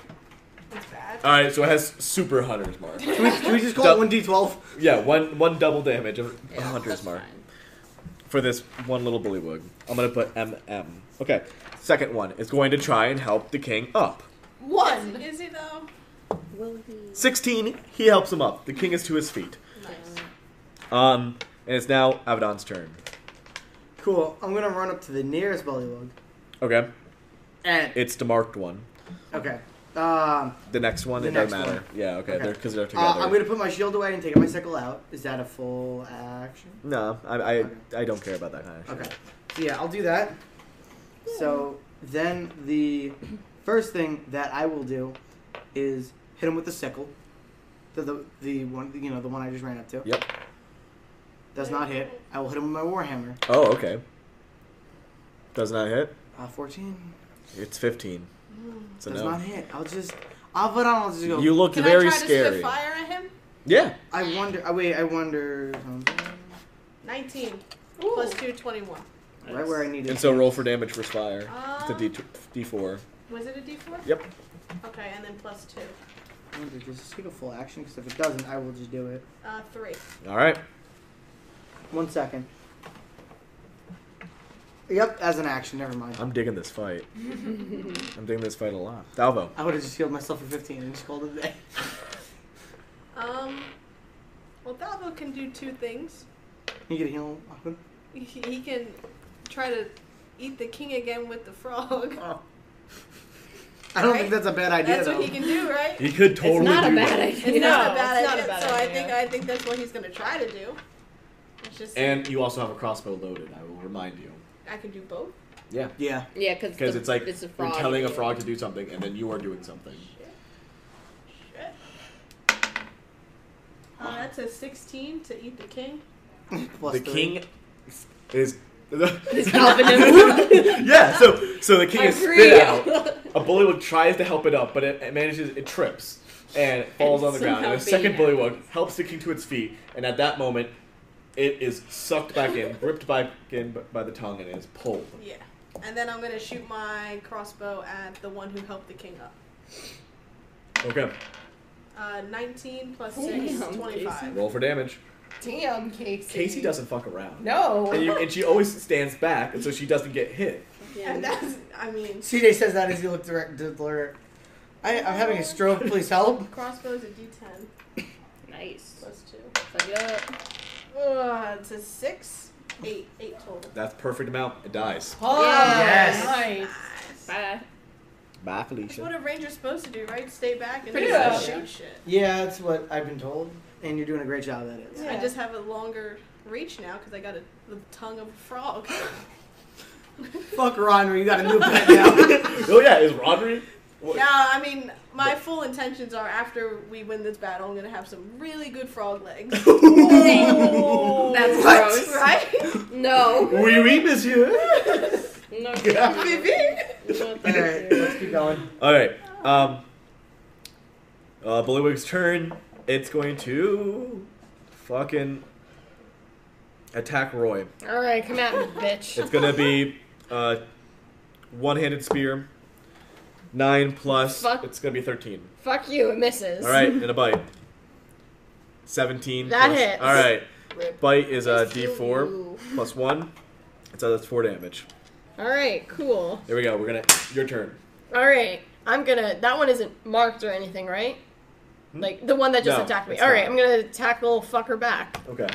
It's bad.
All right, so it has super hunter's mark.
me- can, we, can we just call it
Duh.
1d12?
yeah, one one double damage of a
Yeah,
hunter's
that's
mark.
fine.
for this one little bullywug. I'm gonna put MM. Okay, second one is going to try and help the king up.
One. Is he though?
16, he helps him up. The king is to his feet.
Nice.
Um, and it's now Avedon's turn.
Cool. I'm going to run up to the nearest bullywug.
Okay,
And,
it's the marked one.
okay. Um,
The next one,
The
it doesn't
next
matter.
one.
Yeah, okay,
Okay.
they're because they're
uh,
together.
I'm going to put my shield away and take my sickle out. Is that a full action?
No, I, I,
Okay.
I don't care about that kind of shit.
Okay. So yeah, I'll do that. So then the First thing that I will do is hit him with the sickle. The, the, the one you know the one I just ran up to
Yep.
does not hit. I will hit him with my warhammer.
Oh, okay. Does not hit.
Uh, Fourteen
It's 15. It's a
does
no.
not hit. I'll just Avadon will just go.
You look
Can
very
I try to
scary.
spit fire at him?
Yeah.
I wonder. I wait. I wonder. um,
19 plus 2, 21.
Right where I need it.
And so roll for damage for fire.
Um,
It's a D D4.
Was it a d4?
Yep.
Okay, and then plus 2.
I wonder, does this take a full action? Because if it doesn't, I will just do it.
Uh, 3.
All right.
One second. Yep, as an action. Never mind.
I'm digging this fight. I'm digging this fight a lot. Dalvo.
I would have just healed myself for 15 and just called it a day.
Um, well, Dalvo can do two things.
You get a heal.
He, he can try to eat the king again with the frog.
I don't
Right?
think that's a bad idea
That's
though.
what
um,
he can do, right?
He could
It's
totally
not a
do
bad
that.
idea.
It's not a bad
it's not
idea.
a bad
so I
idea.
think I think that's what he's gonna try to do. It's just
And you also have a crossbow loaded, I will remind you.
I can do both.
Yeah.
yeah.
Yeah, because
Because it's like
it's a
you're
frog.
telling a frog to do something and then you are doing something.
Shit. Uh, that's a 16 to eat the king.
Plus
the
three.
king is.
It's helping him.
yeah, so so the king is
Agree.
spit out. A bullywug tries to help it up, but it, it manages it trips and it falls
And
on the ground. And
somehow
the second
Bane
bullywug helps the king to its feet, and at that moment, it is sucked back in, ripped back in b- by the tongue, and is pulled.
Yeah. And then I'm gonna shoot my crossbow at the one who helped the king up.
Okay,
Uh, 19 plus
Damn,
6,
Casey.
25.
roll for damage.
Damn, Casey.
Casey doesn't fuck around.
No.
And, you, and she always stands back, and so she doesn't get hit.
And that's, I mean,
CJ says that as he looked direct to the lawyer. I, I'm having a stroke. Please help.
crossbow is a d10
nice.
plus 2.
Fuck it up.
Uh, it's a 6, 8, 8 total.
That's perfect amount. It dies.
Oh,
Yes.
Nice.
Bye.
Bye,
That's what
Felicia.
a ranger's supposed to do, right? Stay back and
Pretty
just
much.
shoot shit.
Yeah, that's what I've been told, and you're doing a great job at it.
Yeah.
I just have a longer reach now because I got a, the tongue of a frog.
Fuck Ron, you got a new pet now.
Oh yeah, is Rodri? What-
Yeah, I mean, my full intentions are after we win this battle, I'm gonna have some really good frog legs,
That's
What?
gross.
right?
No.
Oui, oui, monsieur.
No.
All right, let's keep going.
All right. Um, uh, Bullywig's turn. It's going to fucking attack Roy.
All right, come at me, bitch.
It's gonna be uh, one-handed spear. Nine plus.
Fuck.
It's gonna be thirteen.
Fuck you. It misses.
All right, and a bite. Seventeen.
That
plus-
hits.
All right.
Rip.
Bite is a
Just kill
D4
you.
plus one. It's uh, that's four damage.
All right. Cool.
There we go. We're gonna. Your turn.
All right. I'm gonna. That one isn't marked or anything, right? Like the one that just
Hmm? No,
attacked me.
it's
All right.
not.
I'm gonna tackle fucker back.
Okay.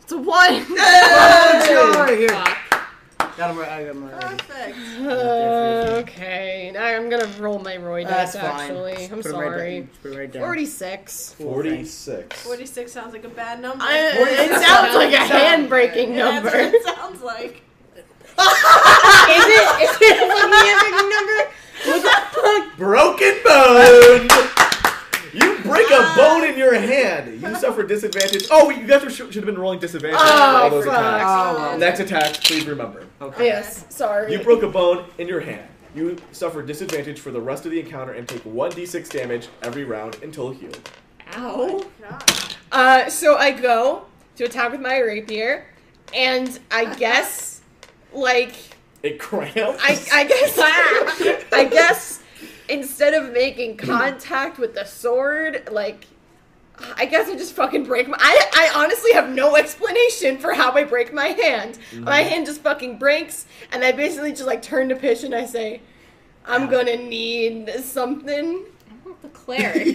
It's a one.
Hey! Here.
Fuck.
Got him right. I got him right.
Perfect.
Uh,
Uh,
okay. Now I'm gonna roll my Roy dice.
Uh, That's fine.
actually,
Just
I'm
put 'em right
sorry.
down. Just put 'em right down.
Forty-six.
Cool, thanks.
Forty-six.
46 sounds like a bad number.
I, it sounds like a hand-breaking
Yeah, that's
number.
what
Is
it sounds like.
it? Is it a hand-breaking number?
Broken bone. You break a bone in your hand. You suffer disadvantage. Oh, wait, you guys were- should have been rolling disadvantage for all
Oh,
those attacks.
fuck.
Oh,
Next attack, please remember.
okay.
Yes. Sorry.
You broke a bone in your hand. You suffer disadvantage for the rest of the encounter and take 1d6 damage every round until healed.
Ow.
Uh, so I go to attack with my rapier, and I guess, like,
It cramps.
I, I guess, I guess, instead of making contact with the sword, like, I guess I just fucking break my. I, I honestly have no explanation for how I break my hand. My
Mm-hmm.
hand just fucking breaks, and I basically just like turn to Pish and I say, "I'm gonna need something."
The cleric.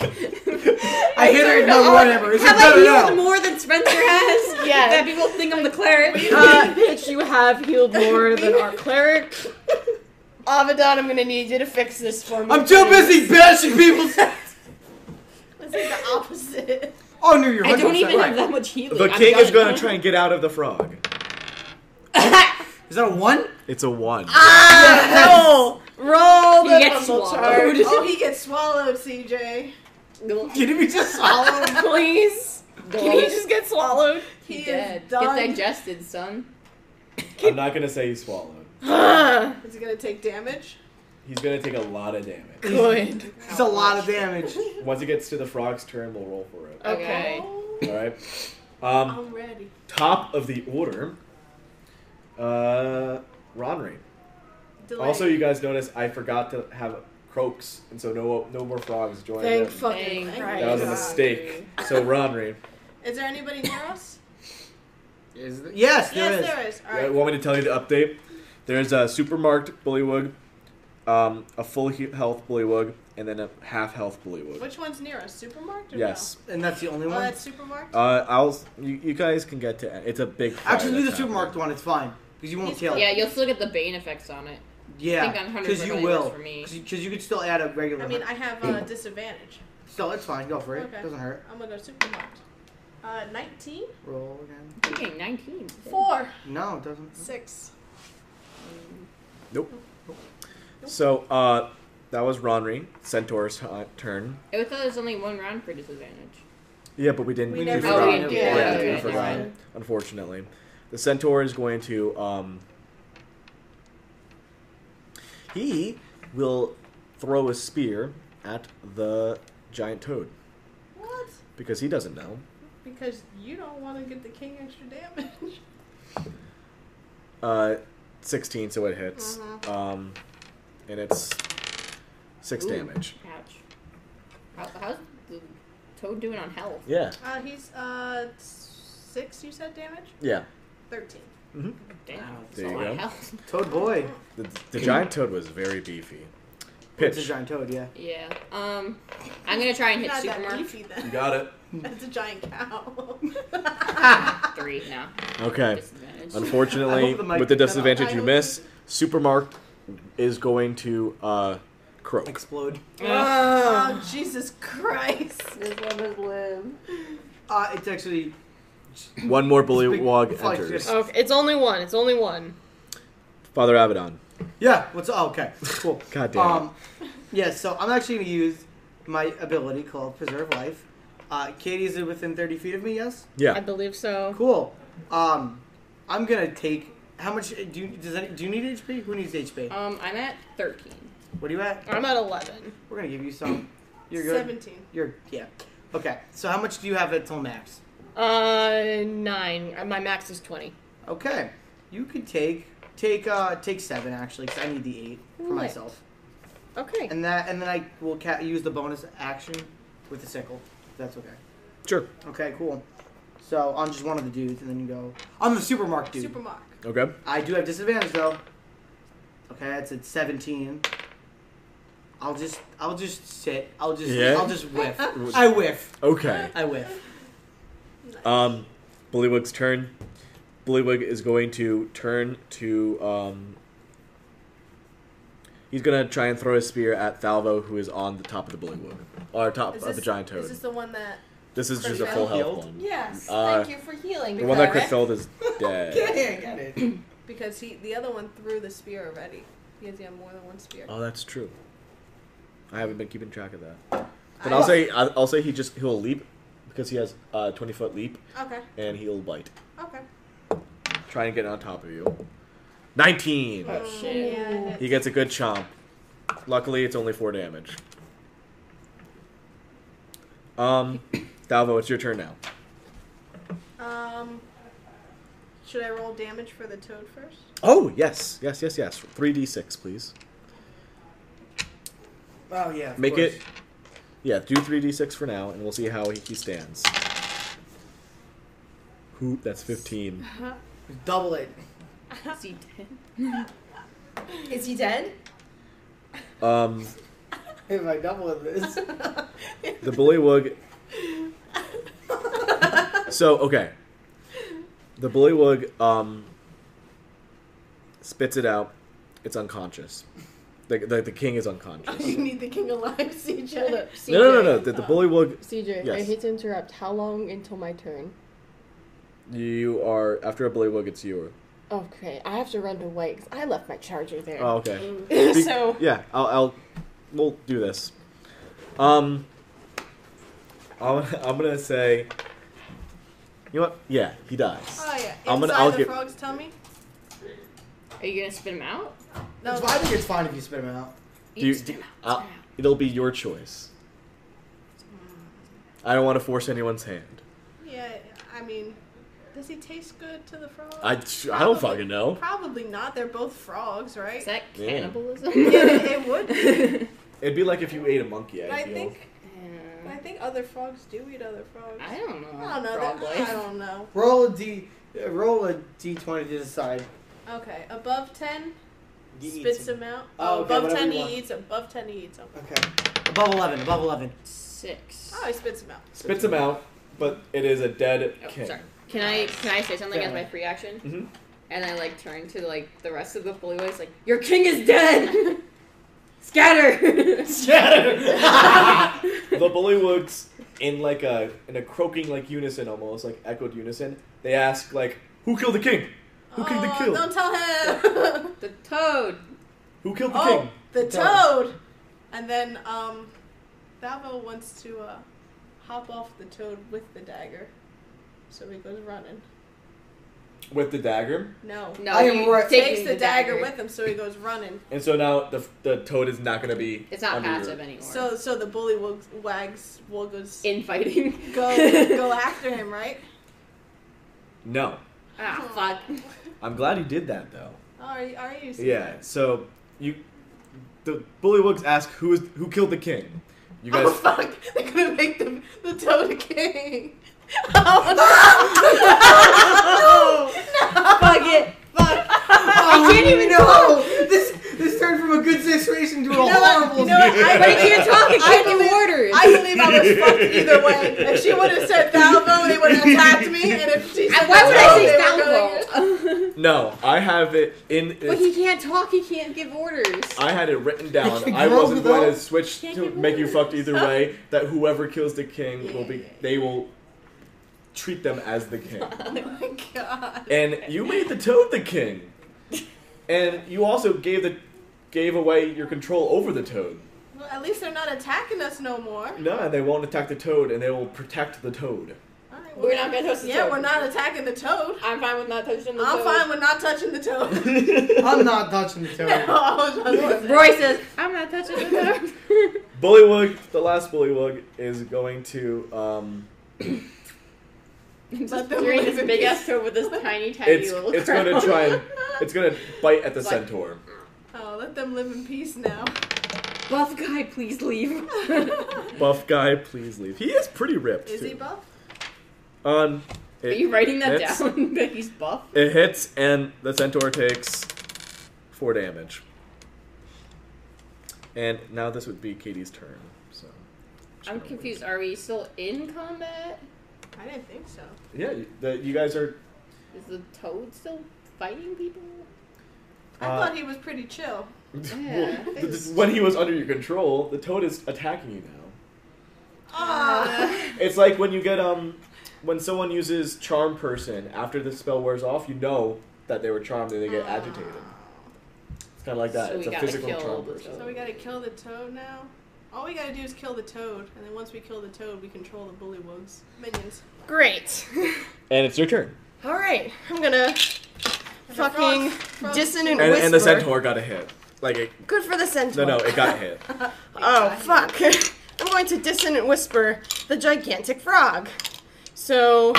I hit her at number one ever. Is it
Have I
better
healed
now?
more than Spencer has?
Yeah.
That people think I'm the cleric.
Uh, bitch, you have healed more than our cleric. Avadon, I'm gonna need you to fix this for me.
I'm too busy bashing people's.
It's like the opposite.
Oh no, you're. 100%
I don't even
right.
have that much healing.
the
I've
king is
done
going
it.
to try and get out of the frog.
Is that a one?
It's a one.
Ah, roll, roll
He
the
gets
puzzle
swallowed.
chart.
Oh, he gets swallowed, CJ.
Did we just swallow? him?
Please, can he just get swallowed?
He
dead. Get
is done.
digested, son.
I'm not gonna say he swallowed.
Ah,
Is he gonna take damage?
He's gonna take a lot of damage.
Good.
It's a lot of damage.
Once it gets to the frog's turn, we'll roll for it.
Okay.
Oh,
All right. Um,
I'm ready.
top of the order. Uh, Ronry.
Delay.
Also, you guys notice I forgot to have croaks, and so no no more frogs joined
Thank
in.
fucking
Thank
Christ.
that was a
God.
mistake. So Ronry,
Is there anybody near us?
Is there- Yes, there
yes,
is.
there is. All
you
right.
want me to tell you the update? There's a supermarked bullywug, um, a full he- health bullywug, and then a half health bullywug.
Which one's near us? Supermarket? Or
yes.
And that's the only
No? Oh,
one.
that's supermarket.
Uh, I'll. You, you guys can get to. It's a big. fire
Actually, do the
that's happening.
supermarket one. It's fine because you won't
He's-
kill.
Yeah, you'll still get the Bane effects on it. I think
Yeah,
I'm 100%
because you
right
will.
for me.
Because you could still add a regular.
I mean,
one.
I have a disadvantage.
still, it's fine. Go for it.
Okay.
Doesn't hurt.
I'm gonna go supermarket. Uh, 19,
Roll again.
Okay, 19.
4,
No, it doesn't.
6.
Nope. So uh, that was Ronry Centaur's uh, turn.
I thought there was only one round for disadvantage.
Yeah, but we didn't.
We
we
never
forgot.
Oh, we did.
Yeah,
Yeah,
we
okay,
forgot.
never.
Unfortunately, the centaur is going to. Um, he will throw a spear at the giant toad
What?
because he doesn't know.
Because you don't want to get the king extra damage.
Uh, sixteen, so it hits,
Mhm.
um, and it's six
Mm-hmm. Ooh.
damage.
Ouch. How, how's the toad doing on health?
Yeah,
Uh, he's, uh, 6, you said damage?
yeah.
13.
Damn.
Wow.
that's
There
a
you
lot of
go.
health.
Toad
Oh,
boy.
The, the giant toad was very beefy.
It's a
Pitch.
giant toad. Yeah.
Yeah. Um, I'm gonna try and hit
Not that
Supermark
beefy then.
got it.
That's a giant cow.
three now.
Okay.
Disadvantage.
I
Unfortunately,
hope the mic
with the
picked that up.
disadvantage you miss, Supermark is going to uh, croak.
Explode.
oh, Jesus Christ.
This one is limb.
Uh, it's actually.
One more
Big
bullywog
fight,
enters.
yes.
Okay, it's only one. It's only one.
Father Abaddon.
Yeah. What's? Oh, okay. Cool.
God damn.
Um, yeah, so I'm actually going to use my ability called Preserve Life. Uh, Katie, is it within 30 feet of me? Yes?
I
Yeah.
believe so.
Cool. Um, I'm going to take. How much uh, do you, does any, do you need HP? Who needs HP?
Uh,
Um, I'm at 13.
What are you at?
I'm at eleven.
We're going to give you some. You're good.
17.
You're, yeah. Okay, so how much do you have at till max?
Uh, nine. Uh, My max is twenty.
Okay, you could take take uh take seven actually, because I need the eight for
Lit.
myself,
Okay.
and that and then I will ca- use the bonus action with the sickle. If that's okay.
Sure.
Okay, cool. So on just one of the dudes, and then you go on the supermarket dude.
Supermark.
Okay.
I do have disadvantage though. Okay, that's at seventeen. I'll just, I'll just sit. I'll just,
Yeah?
I'll just whiff. I whiff.
Okay.
I whiff.
Um, Bullywug's turn. Bullywug is going to turn to. Um, he's going to try and throw a spear at Thalvo, who is on the top of the Bullywug. Or top
Is
of the giant toad.
Is this the one that.
This is just a
Crit
full
fail?
health one.
Yes.
Uh,
thank you for healing.
The one that crit
because-
failed is dead.
I got it.
Because he, the other one threw the spear already. Because he had more than one spear.
Oh, that's true. I haven't been keeping track of that. But
I-
I'll say I'll I'll say he just he'll leap because he has a twenty foot leap
Okay.
and he'll bite.
Okay.
Try and get on top of you. Nineteen.
Uh.
Oh, shit.
Yeah,
He gets a good chomp. Luckily, it's only four damage. Um, Dalvo, it's your turn now.
Um, should I roll damage for the toad first?
Oh yes, yes, yes, yes. Three d six, please.
Oh yeah. of
Make
course.
it. Yeah, do three d six for now, and we'll see how he, he stands. Who? That's fifteen.
Double it.
Is he dead?
Is he dead?
Um,
If I double it, this.
the bullywug. so okay, the bullywug um, spits it out. It's unconscious. The, the, the king is unconscious.
you need the king alive,
Hold
CJ.
up, CJ.
No, no, no, no. The, the bullywug.
CJ, I
Yes.
hate to interrupt. How long until my turn?
You are after a bullywug, it's your
Okay, I have to run to White 'cause I left my charger there.
Oh, okay. Be-
so
yeah, I'll, I'll we'll do this. Um, I'm, I'm gonna say. You know what? Yeah, he dies.
Oh yeah. Inside
I'm gonna- I'll
the
get-
frog's tummy.
Are you gonna spit him out?
No,
I think it's fine if you spit them out.
Do you, do- I'll- it'll be your choice. I don't want to force anyone's hand.
yeah. I mean, does he taste good to the frog?
I, I don't fucking know.
Probably not. They're both frogs, right?
Is that
Yeah.
cannibalism?
yeah, it would. be.
It'd be like if you ate a monkey.
But
I,
I
feel.
think
Um,
I think other frogs do eat other frogs.
I don't know.
I don't know.
Frog
That,
life.
I don't know.
Roll a d, uh, roll a d20 to decide.
Okay, above ten,
You eat
spits
some-
him out.
Oh,
Oh,
okay,
above
whatever
ten,
you want.
he eats him. Above ten, he eats him.
Okay. Above 11. Above 11.
Six.
Oh, he spits him out.
Spits him out, but it is a dead
Oh,
king.
sorry. Can I can I say something as
Fair.
my free action?
Mhm.
And I like turn to like the rest of the boys like your king is dead. Scatter.
the Bullywugs, in like a in a croaking like unison almost like echoed unison, they ask like, "Who killed the king? Who killed the
Oh,
kill?
Don't tell him.
the toad.
Who killed the
oh,
king?"
the
The toad.
toad. And then um, Davo wants to uh, hop off the toad with the dagger, so he goes running.
With the dagger,
No,
No,
I am
you
right.
taking
takes the, dagger, with him, so he goes running.
and so now the the toad is not gonna be.
It's not
under your-
passive anymore.
So, so the bully wags, wags will goes
infighting.
go go after him, right?
No,
ah, fuck.
I'm glad you did that though.
Oh, Are you, are you?
Yeah. So you, the Bullywugs ask who is who killed the king. You guys.
Oh fuck! They're gonna make them the Toad King. Oh
fuck it. Fuck.
Oh,
can't even
no! This this turned from a good situation to a
no! You know what?
horrible
You know what? I,
But he can't talk. He
I
can't give
believe-
orders.
I believe I was fucked either way. If she would have said Valvo, they would have attacked me. And if she said
And why would I
Toad, they
say
were gonna-
Falvo?
No, I have it in.
but he can't talk. He can't give orders.
I had it written down. I
Grow
wasn't going to
without-
switch
Can't
to
give
make you fucked either
orders.
way. That whoever kills the king will be,
Yeah.
they will treat them as the king.
Oh my god!
And you made the toad the king, and you also gave the gave away your control over the toad.
Well, at least they're not attacking us no more.
No, and they won't attack the toad, and they will protect the toad.
All right,
We're not gonna touch the
Yeah,
toad.
we're not attacking the Toad.
I'm fine with not touching the
I'm
toad.
fine with not touching the Toad.
I'm not touching the toad.
No, I was- I was-
Roy says, I'm not touching the toad.
Bullywug, the last Bullywug is going to. Um,
Let them
During
live
this
in
big
peace.
ass toad with this tiny, tiny
it's
little
it's
crown.
going to try and it's going to bite at the
It's like-
centaur.
Oh, let them live in peace now.
Buff guy, please leave.
Buff guy, please leave. He is pretty ripped.
Is he
too.
buff?
Um,
Are
it,
you writing that
It's-
down? that he's buff?
it hits, and the centaur takes four damage. And now this would be Katie's turn. So
I'm confused. Are we still in combat?
I didn't think so.
Yeah, you- the, you guys are.
Is the toad still fighting people?
I
Uh,
thought he was pretty chill.
Yeah.
Well, th- th- when he was under your control, the toad is attacking you now.
Ah,
It's like when you get um, when someone uses charm person after the spell wears off, you know that they were charmed and they get agitated. It's kind of like that.
So
it's
we
a
gotta
physical
kill
charm
the
person.
toad.
so we gotta kill the toad now. All we gotta do is kill the toad, and then once we kill the toad, we control the bullywugs minions.
Great.
And it's your turn.
All right, I'm gonna fucking dissonant
And,
whisper.
and the centaur got a hit. Like it,
Good for
no,
the centaur.
no, it got hit.
Oh fuck! I'm going to dissonant whisper the gigantic frog. So,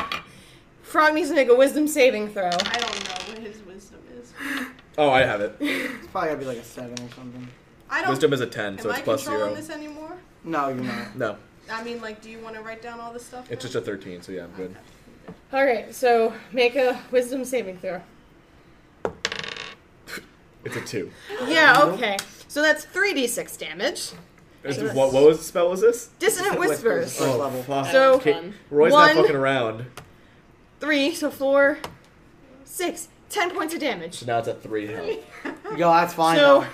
frog needs to make a wisdom saving throw.
I don't know what his wisdom is.
Oh, I have it.
It's probably gotta be like a 7 or something.
I don't.
Wisdom is a ten,
am
so it's
I
plus
controlling
zero.
this anymore?
No, you're not.
No,
I mean, like, do you want to write down all this stuff?
it's
now?
just a thirteen. So yeah, I'm good.
All right, so make a wisdom saving throw.
It's a two.
Yeah, okay. So that's three d6 damage.
Is-
Yes.
what, what was the spell? Was this? Oh,
Dissonant whispers.
First level.
fuck.
So,
Ka- Roy's
one-
not fucking around.
Three, so four, six, ten points of damage.
So now it's at three health.
Yo, that's fine.
So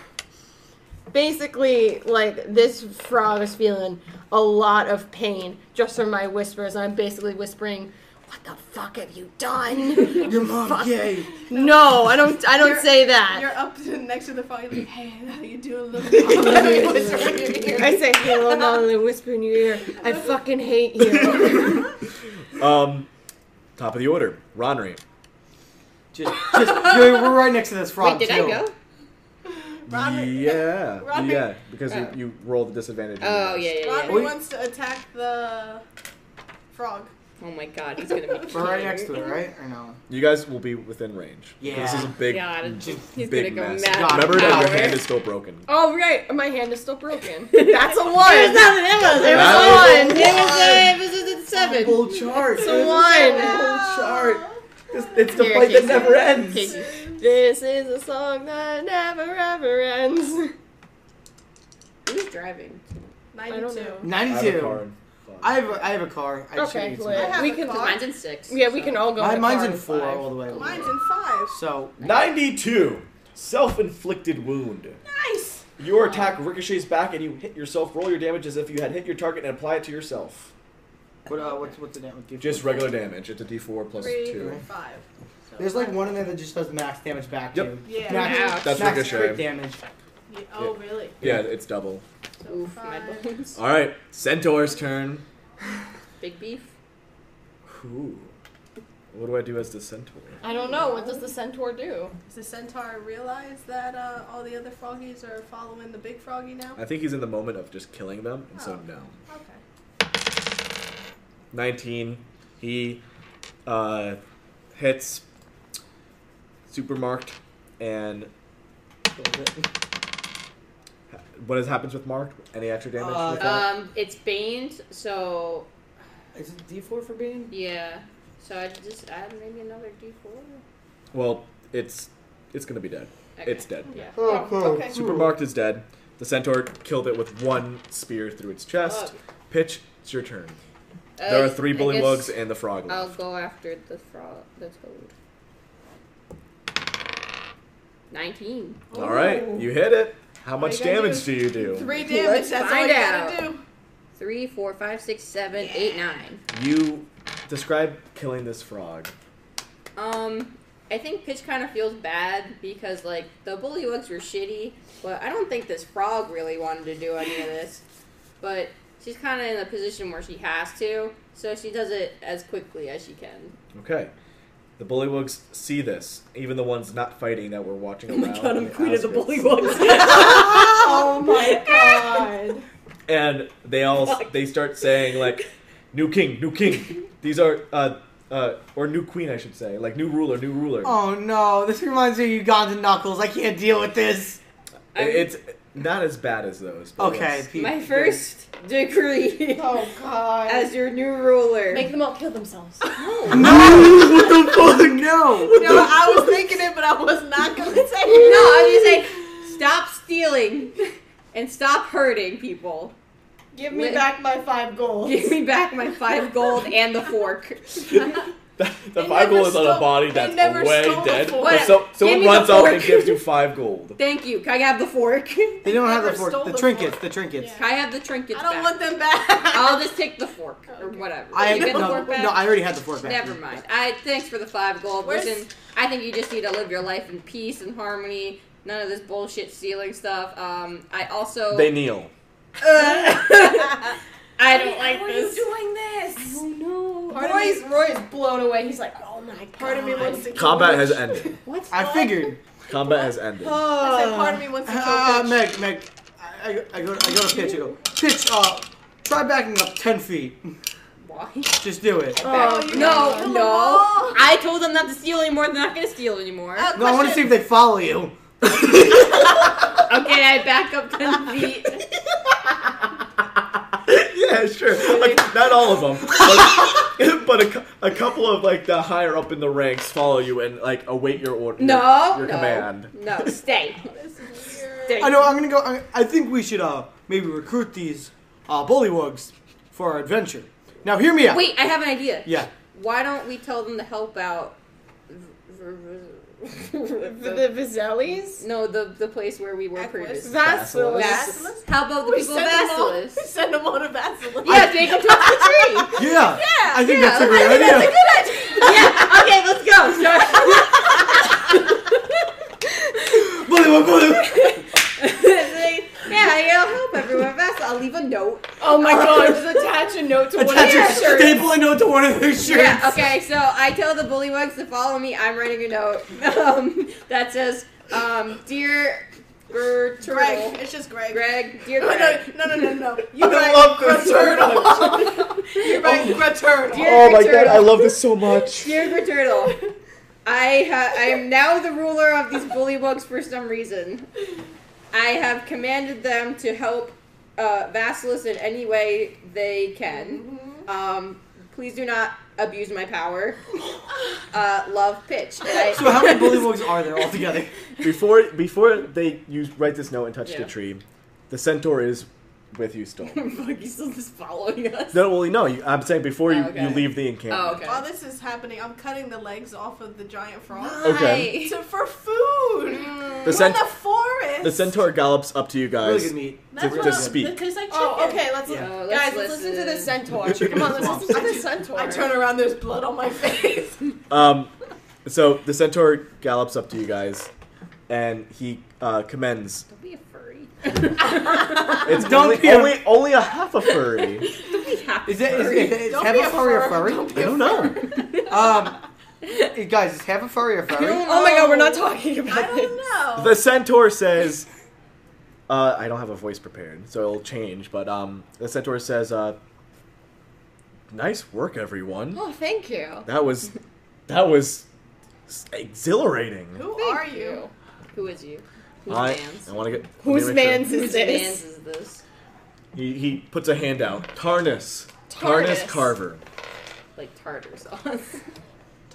basically, like this frog is feeling a lot of pain just from my whispers. I'm basically whispering, "What the fuck have you done?"
Your mom gay.
no, I don't. I don't say that.
You're up to, next to the phone, you're like, hey, how you doing, little
I say hello, mom, and whisper in your ear, "I fucking hate you."
Um, top of the order, Ronry.
Just, just you're, we're right next to this frog
Wait, did I
too.
go?
Ronry-
Yeah,
Ronry.
yeah, because
Oh.
you, you roll the disadvantage. on
Oh
yours.
yeah, yeah, yeah.
Rodney wants to attack the frog.
Oh my god, he's gonna be.
We're right next to it, right? Or no?
You guys will be within range.
Yeah.
This is a big,
God, he's gonna
big
go
mess.
mad.
God,
Remember that your
power.
hand is still broken.
oh right, my hand is still broken. That's a one.
nothing. It was, it
That
was one. It was, a, it was a seven.
Full chart.
It's a one.
Full chart. It's, it's the
Here,
fight that
Casey.
never ends.
Casey.
This is a song that never ever ends.
Who's driving?
92.
don't know.
I have a
92.
card.
I have a, I have a car. I just
Okay,
need some-
lit.
have
we
a
can.
car.
Mine's in six.
Yeah, we can all go.
My,
in the
mine's
car
in four
five.
all the way. over.
Mine's in five.
So
92. Self inflicted wound.
Nice.
Your attack ricochets back and you hit yourself. Roll your damage as if you had hit your target and apply it to yourself.
what? Uh, what's what's the name? What do you-
Just regular damage. It's a D4 plus
Three,
two.
five. So
There's like
five.
one in there that just does max damage back
Yep.
to you.
Yeah.
Max,
Ouch.
That's
max
ricochet.
crit damage.
Yeah, oh, really?
Yeah, it's double.
So
Oof, my
five.
bones.
All right, Centaur's turn.
Big beef.
Ooh. What do I do as the centaur?
I don't know. What does the centaur do?
Does the centaur realize that uh, all the other froggies are following the big froggy now?
I think he's in the moment of just killing them, and so
Oh.
no.
Okay.
19. He uh, hits supermarked, and what is, happens with marked? Any extra damage?
Uh,
with that?
Um, it's baned, so
Is it D4 for being?
yeah. So I just add maybe another D four.
well, it's it's gonna be dead. It's dead.
Yeah.
Oh,
Okay.
Supermarked is dead. The centaur killed it with one spear through its chest. Pitch, it's your turn.
Uh,
there are three
I guess
bullywugs and the frog.
I'll
Left.
go after the frog, the toad. Nineteen.
All right, you hit it. How much
you gonna
damage do you do?
Three damage, that's all
find
you gotta
out.
do.
Three, four, five, six, seven, eight, nine.
You describe killing this frog.
Um, I think Pitch kind of feels bad because like the bullywugs were shitty, but I don't think this frog really wanted to do any of this. But she's kind of in a position where she has to, so she does it as quickly as she can.
Okay. The bullywugs see this, even the ones not fighting that were watching
Oh
around. on the outskirts.
Oh my god.
And they all they start saying like, "New king, new king." These are uh, uh, or new queen, I should say, like new ruler, new ruler.
Oh no, this reminds me of Uganda Knuckles. I can't deal with this.
I- It's not as bad as those. but
Okay,
Oh, yes.
Pete.
My first decree
Oh god.
as your new ruler.
Make them all kill themselves.
no! what the fuck? No!
No, I was thinking it, but I was not gonna say
no,
it.
I'm just saying, stop stealing and stop hurting people.
Give
me
back my five gold.
Give me back my five gold and the fork.
The, the
They
five
never
gold is on a
stole-
body
they
that's
never
way
stole the
dead.
fork.
But so,
Give
someone
me the
runs up and
fork.
gives you five gold.
Thank you. Can I have the fork? Can
They don't have the
Never
fork.
stole
The
the
trinkets,
fork.
the trinkets.
Yeah.
I have the trinkets
I don't
back?
want them back.
I'll just take the fork or whatever.
I
you get the
no,
fork back?
no, I already had the fork back.
Never mind. I thanks for the five gold.
Where's-
Listen, I think you just need to live your life in peace and harmony. None of this bullshit stealing stuff. Um, I also
They kneel.
I don't like
Why are you
this.
doing this?
Part of
Roy's
me-
Roy's blown away. He's like, oh my god.
Part of me wants to kill
Combat
Mitch.
has ended.
What's
I
that?
figured.
Combat has ended.
I said part of me wants to kill
Uh,
Mitch.
Meg, Meg, I, I, I, go, I go to pitch. I go, pitch, uh, try backing up 10 feet.
Why?
Just do it.
Oh, you gotta
no,
kill them all.
no. I told them not to steal anymore. They're not gonna steal anymore.
Uh,
No, I want to see if they follow you.
Okay, I back up ten feet.
Yeah, sure. Like, not all of them, but, but a, cou- a couple of like the higher up in the ranks follow you and like await your order.
No,
your
no,
command.
no. Stay. Stay.
I know. I'm gonna go. I, I think we should uh maybe recruit these uh bullywugs for our adventure. Now, hear me out.
Wait, I have an idea.
Yeah.
Why don't we tell them to help out?
The Vizellis?
no, the the place where we were
Aquas?
previously.
Vassals.
Vas-
Basilis?
How about the
We
people of
send them all-
Basilis?
Send them all to Basilisk.
Yeah, they can touch the tree.
Yeah. I
yeah,
think that's a
I
great
think
idea.
that's a good yeah, okay, let's go. So,
Bullywug, Bullywug.
It's like, yeah, I'll help everyone best. I'll leave a note.
Oh my god, just attach a note to one of
Attach
your
a
shirts.
staple a note to one of their shirts.
Yeah, okay, so I tell the bullywugs to follow me. I'm writing a note um, that says, um, Dear Grr
Greg.
Turtle.
It's just Greg.
Greg, dear
Oh,
No,
Greg.
no, no, no, no, no.
I
You write
love this
Turtle.
turtle.
You write Turtle.
Dear
Oh my
Greg
god,
Turtle.
I love this so much.
Dear Greg Turtle. I, ha- I am now the ruler of these bullywugs for some reason. I have commanded them to help uh, Vassilis in any way they can. Um, please do not abuse my power. Uh, love pitch. And I-
So how many bullywugs are there altogether?
Before before they you write this note and touch
Yeah.
the tree, the centaur is with you still.
Fuck, he's still just following us.
no, well, no. You, I'm saying before you,
Oh, okay.
you leave the encampment.
Oh, okay.
While this is happening, I'm cutting the legs off of the giant frog
Oh,
Okay.
to, for food.
Oh.
Mm.
The,
We're in
cent-
the forest.
the centaur gallops up to you
Really
guys
good meat.
That's
to,
what
to
I'm-
speak.
Tastes like chicken.
Oh, okay. Let's
Yeah.
Oh,
Guys, let's listen to the centaur. Come on, let's listen to the centaur.
I turn around. There's blood on my face.
Um, so the centaur gallops up to you guys, and he uh, commends.
Don't be a furry.
It's
Don't
only,
be a-
only only a half a furry.
Don't be happy.
Is it is, is, is
Don't
half
be
a furry or furry?
Don't be
I
a
don't know.
Um, eh, guys, is half a furry or furry?
Oh my god, we're not talking
I
about
don't
it.
know.
The centaur says, uh, I don't have a voice prepared, so it'll change, but um, the centaur says, uh, nice work, everyone.
Oh, thank you.
That was, that was s- exhilarating.
Who
Thank
are you?
Who is you? Who's
I,
man's?
I want to get. let me
Whose
make sure.
man's is
Whose man's
this?
is this?
He, he puts a hand out. Tarnus. Tarnus,
Tarnus.
Carver.
Like tartar sauce.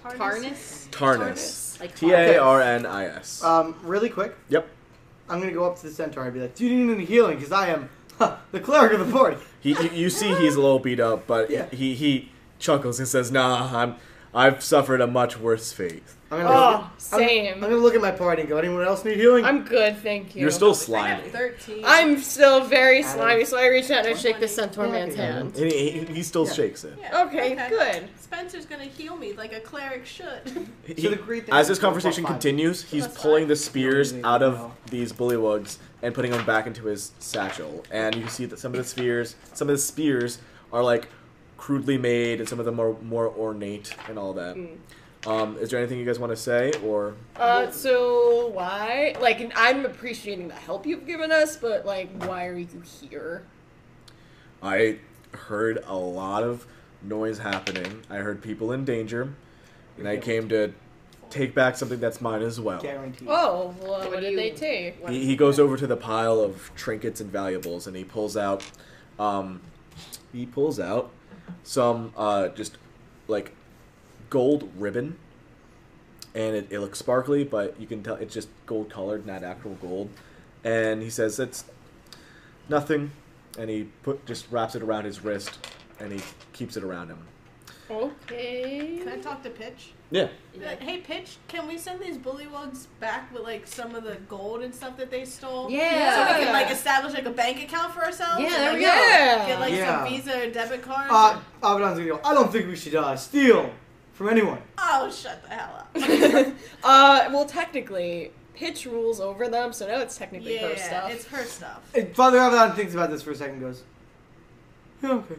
Tarnus?
Tarnus.
Like
T A R N I S.
Um, really quick,
Yep.
I'm gonna go up to the centaur and be like, "Do you need any healing? Because I am huh, the cleric of the party."
He, you, you see, he's a little beat up, but
Yeah.
he, he chuckles and says, "Nah, I'm, I've suffered a much worse fate."
I'm gonna, look,
Oh,
I'm,
same.
I'm gonna look at my party and go, "Anyone else need healing?"
I'm good, thank you.
You're still
I
slimy.
have 13.
I'm still very
Adam.
slimy, so I reach out and I shake the centaur man's
Yeah.
hand.
And he, he- he still
Yeah.
shakes it.
Yeah,
Okay, good.
Spencer's gonna heal me like a cleric should.
He-
So the great thing
as
is
this
we're
conversation
fine.
continues, he's
That's
pulling
fine.
the spears
No, we
out
know.
of these bullywugs and putting them back into his satchel. And you see that some of the spears, some of the spears are like crudely made, and some of them are more ornate and all that. Um, is there anything you guys want to say, or
Uh, so why? Like, I'm appreciating the help you've given us, but like, why are you here?
I heard a lot of noise happening. I heard people in danger, and I came to take back something that's mine as well.
guaranteed.
Oh, well, what,
do
did
you-
they take?
He, he goes over to the pile of trinkets and valuables, and he pulls out, um, he pulls out some uh, just like gold ribbon, and it, it looks sparkly, but you can tell it's just gold colored, not actual gold. And he says it's nothing, and he put just wraps it around his wrist, and he keeps it around him.
Okay.
Can I talk to Pitch?
Yeah.
Like, Hey, Pitch, can we send these bullywugs back with like some of the gold and stuff that they stole? So
Yeah.
we can like establish like a bank account for ourselves.
Yeah,
and,
there
like,
we go.
Yeah.
Get like
Yeah.
some Visa or debit cards.
Uh, Abaddon's gonna go. I don't think we should uh, steal from anyone.
oh, shut the hell up.
uh, well, technically, Pitch rules over them, so now it's technically
yeah,
her stuff.
it's her stuff.
And Father Abaddon thinks about this for a second. and Goes, yeah, okay.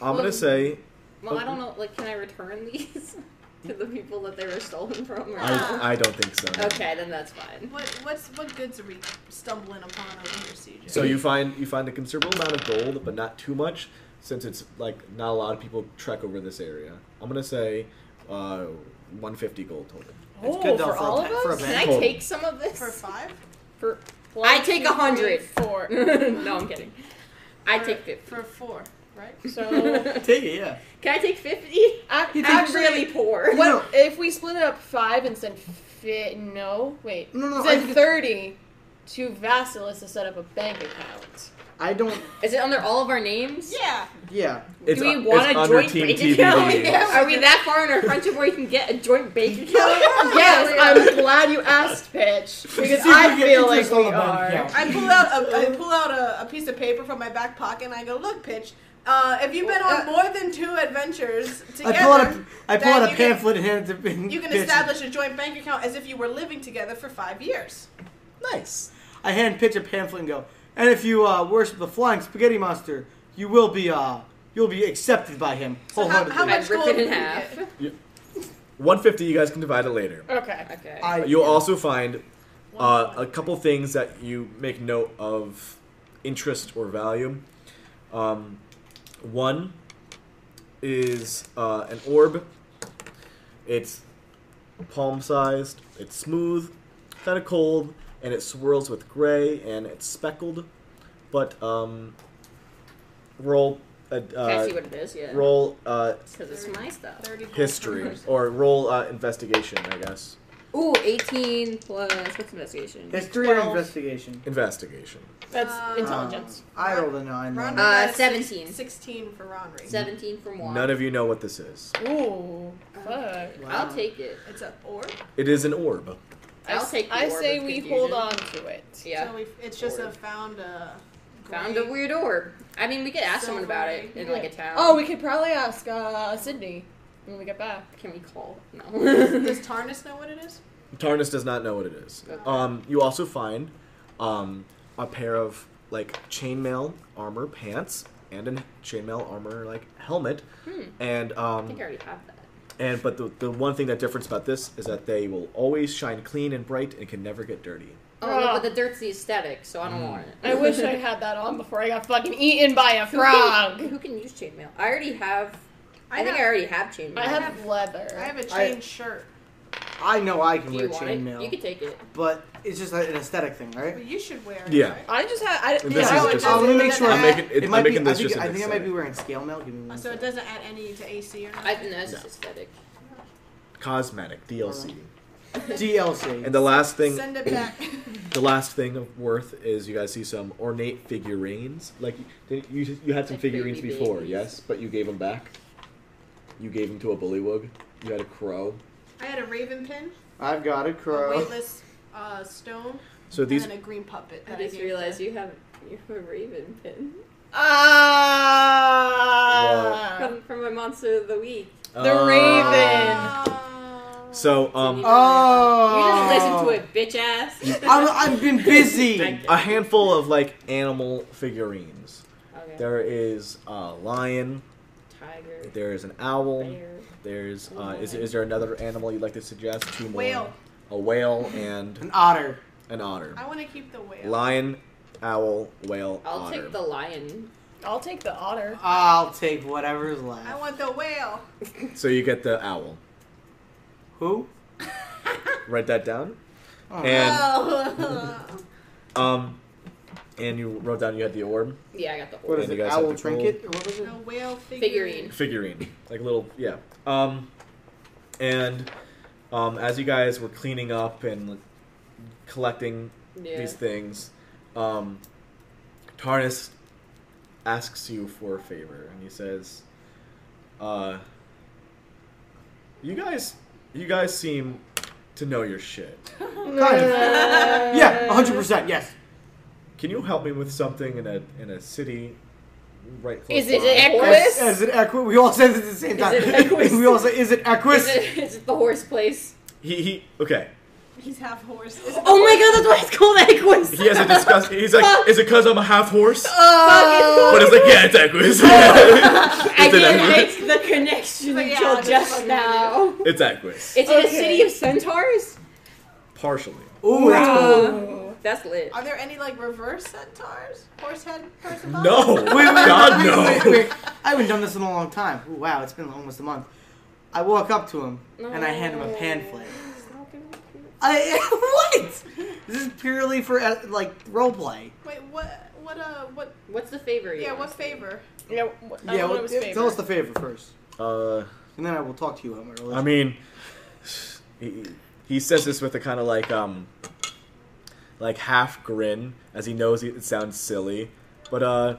I'm gonna say
Well, I don't know. Like, can I return these to the people that they were stolen from? Or
I, I don't think so.
okay, then that's fine.
What what's what goods are we stumbling upon over here, CJ?
So you find you find a considerable amount of gold, but not too much, since it's like not a lot of people trek over this area. I'm gonna say uh, 150 gold total.
It's
Oh,
good, though,
for
for a
all
pet-
of
for a
us?
pet.
Can I
Cool.
take some of this?
for five?
For-
I take
One, two,
100.
three, Four.
no, I'm kidding. I take 50.
For four, right?
So,
Take it, yeah.
Can I take 50?
I,
You
I'm
actually,
really poor.
What if we split it up five and sent fi- no wait
No, no, no, I
send
think-
thirty to Vasilis to set up a bank account?
I don't.
Is it under all of our names?
Yeah.
Yeah.
It's,
Do we
uh,
want
it's
a
under
joint
Team
bank
TBD.
account? Are we that far in our friendship where you can get a joint bank account?
yes, I'm glad you asked, Pitch, because
Oh, See if
I
we get
feel like
interest
we
on the bank
are.
account.
I pull out a I pull out a, a piece of paper from my back pocket and I go, look, Pitch, Uh, if you've been on more than two adventures
I
together,
pull out a, I pull
Then
out a
you can-
pamphlet and hand it to
you can
Pitch.
establish a joint bank account as if you were living together for five years.
Nice.
I hand Pitch a pamphlet and go. And if you uh, worship the flying spaghetti monster, you will be uh, you'll be accepted by him
So how,
wholeheartedly.
how
I'd
much
rip
gold
it
do
in
you
half.
get?
150. You guys can divide it later.
Okay.
Okay.
I,
You'll also find uh, a couple things that you make note of interest or value. Um, one is uh, an orb. It's palm sized, it's smooth, kind of cold, and it swirls with gray and it's speckled. But um, roll a,
Can I
uh,
see what it is? Yeah.
roll uh,
Because it's my stuff.
30 gold per
history
person.
or roll uh, investigation, I guess.
Ooh, 18 plus. What's investigation?
history or
Twelve.
investigation.
Investigation.
That's
Uh,
intelligence.
Uh, I rolled a nine.
Ronri
on
Uh,
that.
got a six-
17.
16 for Ronri.
17 from one.
None of you know what this is.
Ooh. Fuck.
I'll
Wow.
take it.
It's an orb.
It is an orb.
I
I'll
s-
take the
I
orb
say
of
we
confusion.
hold on to it.
Yeah.
So we, it's just a
Orb.
found uh, a.
Found a
great-
weird orb. I mean, we could ask someone about it in like a town.
Oh, we could probably ask uh, Sydney when we get back.
can we call? No.
Does Tarnus know what it is?
Tarnus does not know what it is. Um, you also find um, a pair of like chainmail armor pants and a chainmail armor like helmet, and
I
um,
think I already have that.
and but the, the one thing that difference about this is that they will always shine clean and bright and can never get dirty.
Oh,
Bruh.
but the dirt's the aesthetic, so I don't want it.
I wish I had that on before I got fucking eaten by a
Who can-
frog.
Who can use chainmail? I already have. I, think
have,
I already have chainmail.
I have leather.
I have a
I-
chain shirt.
I know I can
Do
wear
you want it? You
chainmail,
can take it.
but it's just like an aesthetic thing,
Well,
right?
you should wear it.
Yeah.
right?
I just have. I,
And
yeah,
this
I
is
would
just-
just-
I want to make sure.
I'm making-
it-
might
I'm
be-
making this
I think,
just an
I think I might be
aesthetic.
wearing scale mail. Give me one
So it
second.
doesn't add any to AC or
I
anything.
think that's
No.
aesthetic.
Cosmetic DLC.
DLC.
And the last thing,
Send it back.
the last thing of worth is you guys see some ornate figurines. Like you, you, you had some
Like
figurines
baby
before,
babies.
yes, but you gave them back. You gave them to a bullywug. You had a crow.
I had a raven pin,
I've got a
a
crow.
weightless uh, stone,
So these
and then a green puppet.
I
That I,
just
gave
realized
to-
you have you have a raven pin
Ah.
from, from my monster of the week.
The
Uh,
raven.
Oh.
So um,
Oh.
You didn't listen to it, bitch ass.
I'm, I've been busy.
Thank you.
a handful of like animal figurines.
Okay.
There is a lion.
Tiger.
There is an owl.
Bear.
There's uh, is is there another animal you'd like to suggest? Two more.
Whale.
A whale and
An otter.
an otter.
I want to keep the whale.
Lion, owl, whale,
I'll
otter.
take the lion.
I'll take the otter.
I'll take whatever's left.
I want the whale.
So you get the owl.
Who?
Write that down.
Oh.
And
Oh.
um, and you wrote down you had the orb
Yeah, I got the
What
orb.
is
And you
it?
guys have
Owl
to roll.
trinket? Or what was it?
the whale
Figurine.
figurine.
figurine, like little yeah. Um, and um, as you guys were cleaning up and collecting
Yeah.
these things, um, Tarnus asks you for a favor, and he says, "Uh, you guys, you guys seem to know your shit.
Kind of. Yeah, 100%. Yes.
Can you help me with something in a in a city right close
Is it
by?"
an
As,
equus?
as it equi- we all said it at the same time.
it equus?
we all say, is it equus?
Is it, is it the horse place?
he he okay.
He's half horse.
Oh my god, that's why it's called Equus!
He has a disgust. He's like, is it because I'm a half horse?
Oh,
But it's like, yeah, it's Equus.
I
it's, an
didn't make
Equus.
the connection
Like, yeah,
until
that's
just
fucking
now.
it's Equus.
It's in a city of centaurs?
Partially.
Ooh, that's cool.
That's lit.
Are there any like reverse centaurs? Horse head, person body?
No.
Wait, wait, wait,
God,
wait,
no.
wait, wait. I haven't done this in a long time. Ooh, wow, it's been almost a month. I walk up to him and I hand him a pamphlet. I what? This is purely for uh, like roleplay.
Wait, what? What? Uh, what?
What's the favor? you
Yeah,
want?
what favor?
Yeah, wh- I don't know
well,
what was
yeah,
favorite.
tell us the favor first,
Uh,
and then I will talk to you about my religion.
I mean, he, he says this with a kind of like um, like half grin, as he knows it sounds silly, but uh,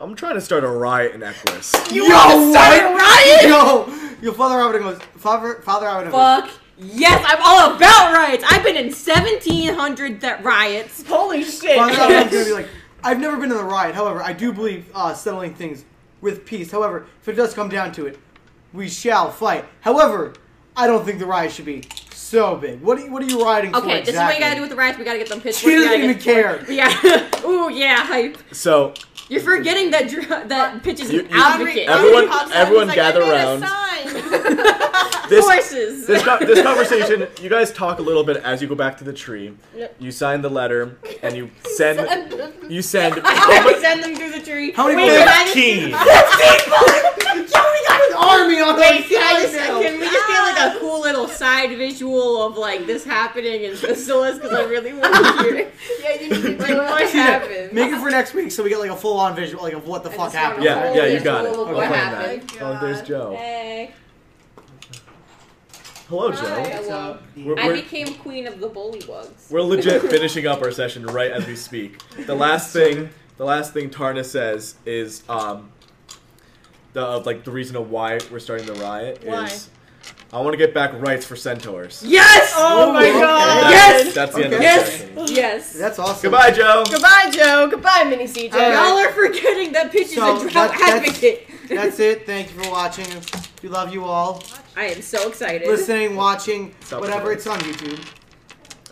I'm trying to start a riot in Equus.
you Yo, want Yo, yo, Father Robin goes. Father, Father Robin goes.
Fuck yes, I'm all about riots. I've been in 1700 that riots.
Holy shit!
Father Robin goes gonna be like, I've never been in the ride. However, I do believe uh, settling things with peace. However, if it does come down to it, we shall fight. However, I don't think the ride should be so big. What are you, what are you riding for?
Okay, this is what you gotta do
exactly?
with the rats. We gotta get them pitched.
She
We
doesn't
gotta
even
get-
care.
Yeah. Ooh, yeah, hype.
So
You're forgetting that dr- that pitch is
You-
an
you-
advocate.
Every- Everyone-
Pops out and
everyone
he's
gather
"I made a
round."
sign."
this
Horses.
this, co- this conversation, you guys talk a little bit as you go back to the tree.
Yep.
You sign the letter and you send you send
I send them through the tree.
How many
Wait,
bullets?
can I just-
fifteen.
An army on
Wait,
the
can, I just,
now.
can we just get like a cool little side visual of like this happening in Basilis? Because I really want to hear it.
Yeah, you need to do
Like, what
it.
happened?
Make it for next week so we get like a full on visual like of what the
I
fuck
just wanna
happened.
roll
Yeah, yeah, you
a
got it.
visual of
I'll
What
claim that.
happened?
Oh, there's Joe.
Hey.
Hello,
Hi.
Joe.
Hello.
We're,
I
we're,
became queen of the bullywugs.
we're legit finishing up our session right as we speak. The last thing, the last thing Tarna says is um, the of like the reason of why we're starting the riot
Why?
is I want to get back rights for centaurs.
Yes! Oh my
okay.
god!
That's,
Yes!
that's the end of the
Yes!
session.
Yes.
That's awesome.
Goodbye, Joe.
Goodbye, Joe. Goodbye, Mini CJ.
All right.
Y'all are forgetting that Pitch is
So,
a drought
that- that's-
advocate.
That's it. Thank you for watching. We love you all.
I am so excited.
Listening, watching,
Stop
whatever.
recording.
It's on YouTube.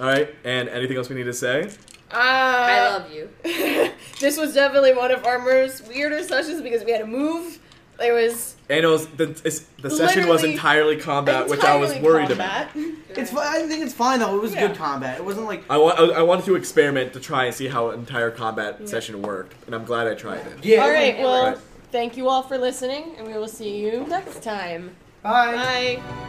All right, and anything else we need to say?
Uh,
I love you.
this was definitely one of our most weirder sessions because we had to move. There was
And it was the, it's, the session was
Literally-
entirely combat, which I was worried about.
It's. fi- I think it's fine though. It was
Yeah.
good combat. It wasn't like.
I, wa- I, I wanted to experiment to try and see how an entire combat session worked, and I'm glad I tried it.
Yeah.
All right, well,
Right.
thank you all for listening, and we will see you next time.
Bye.
Bye.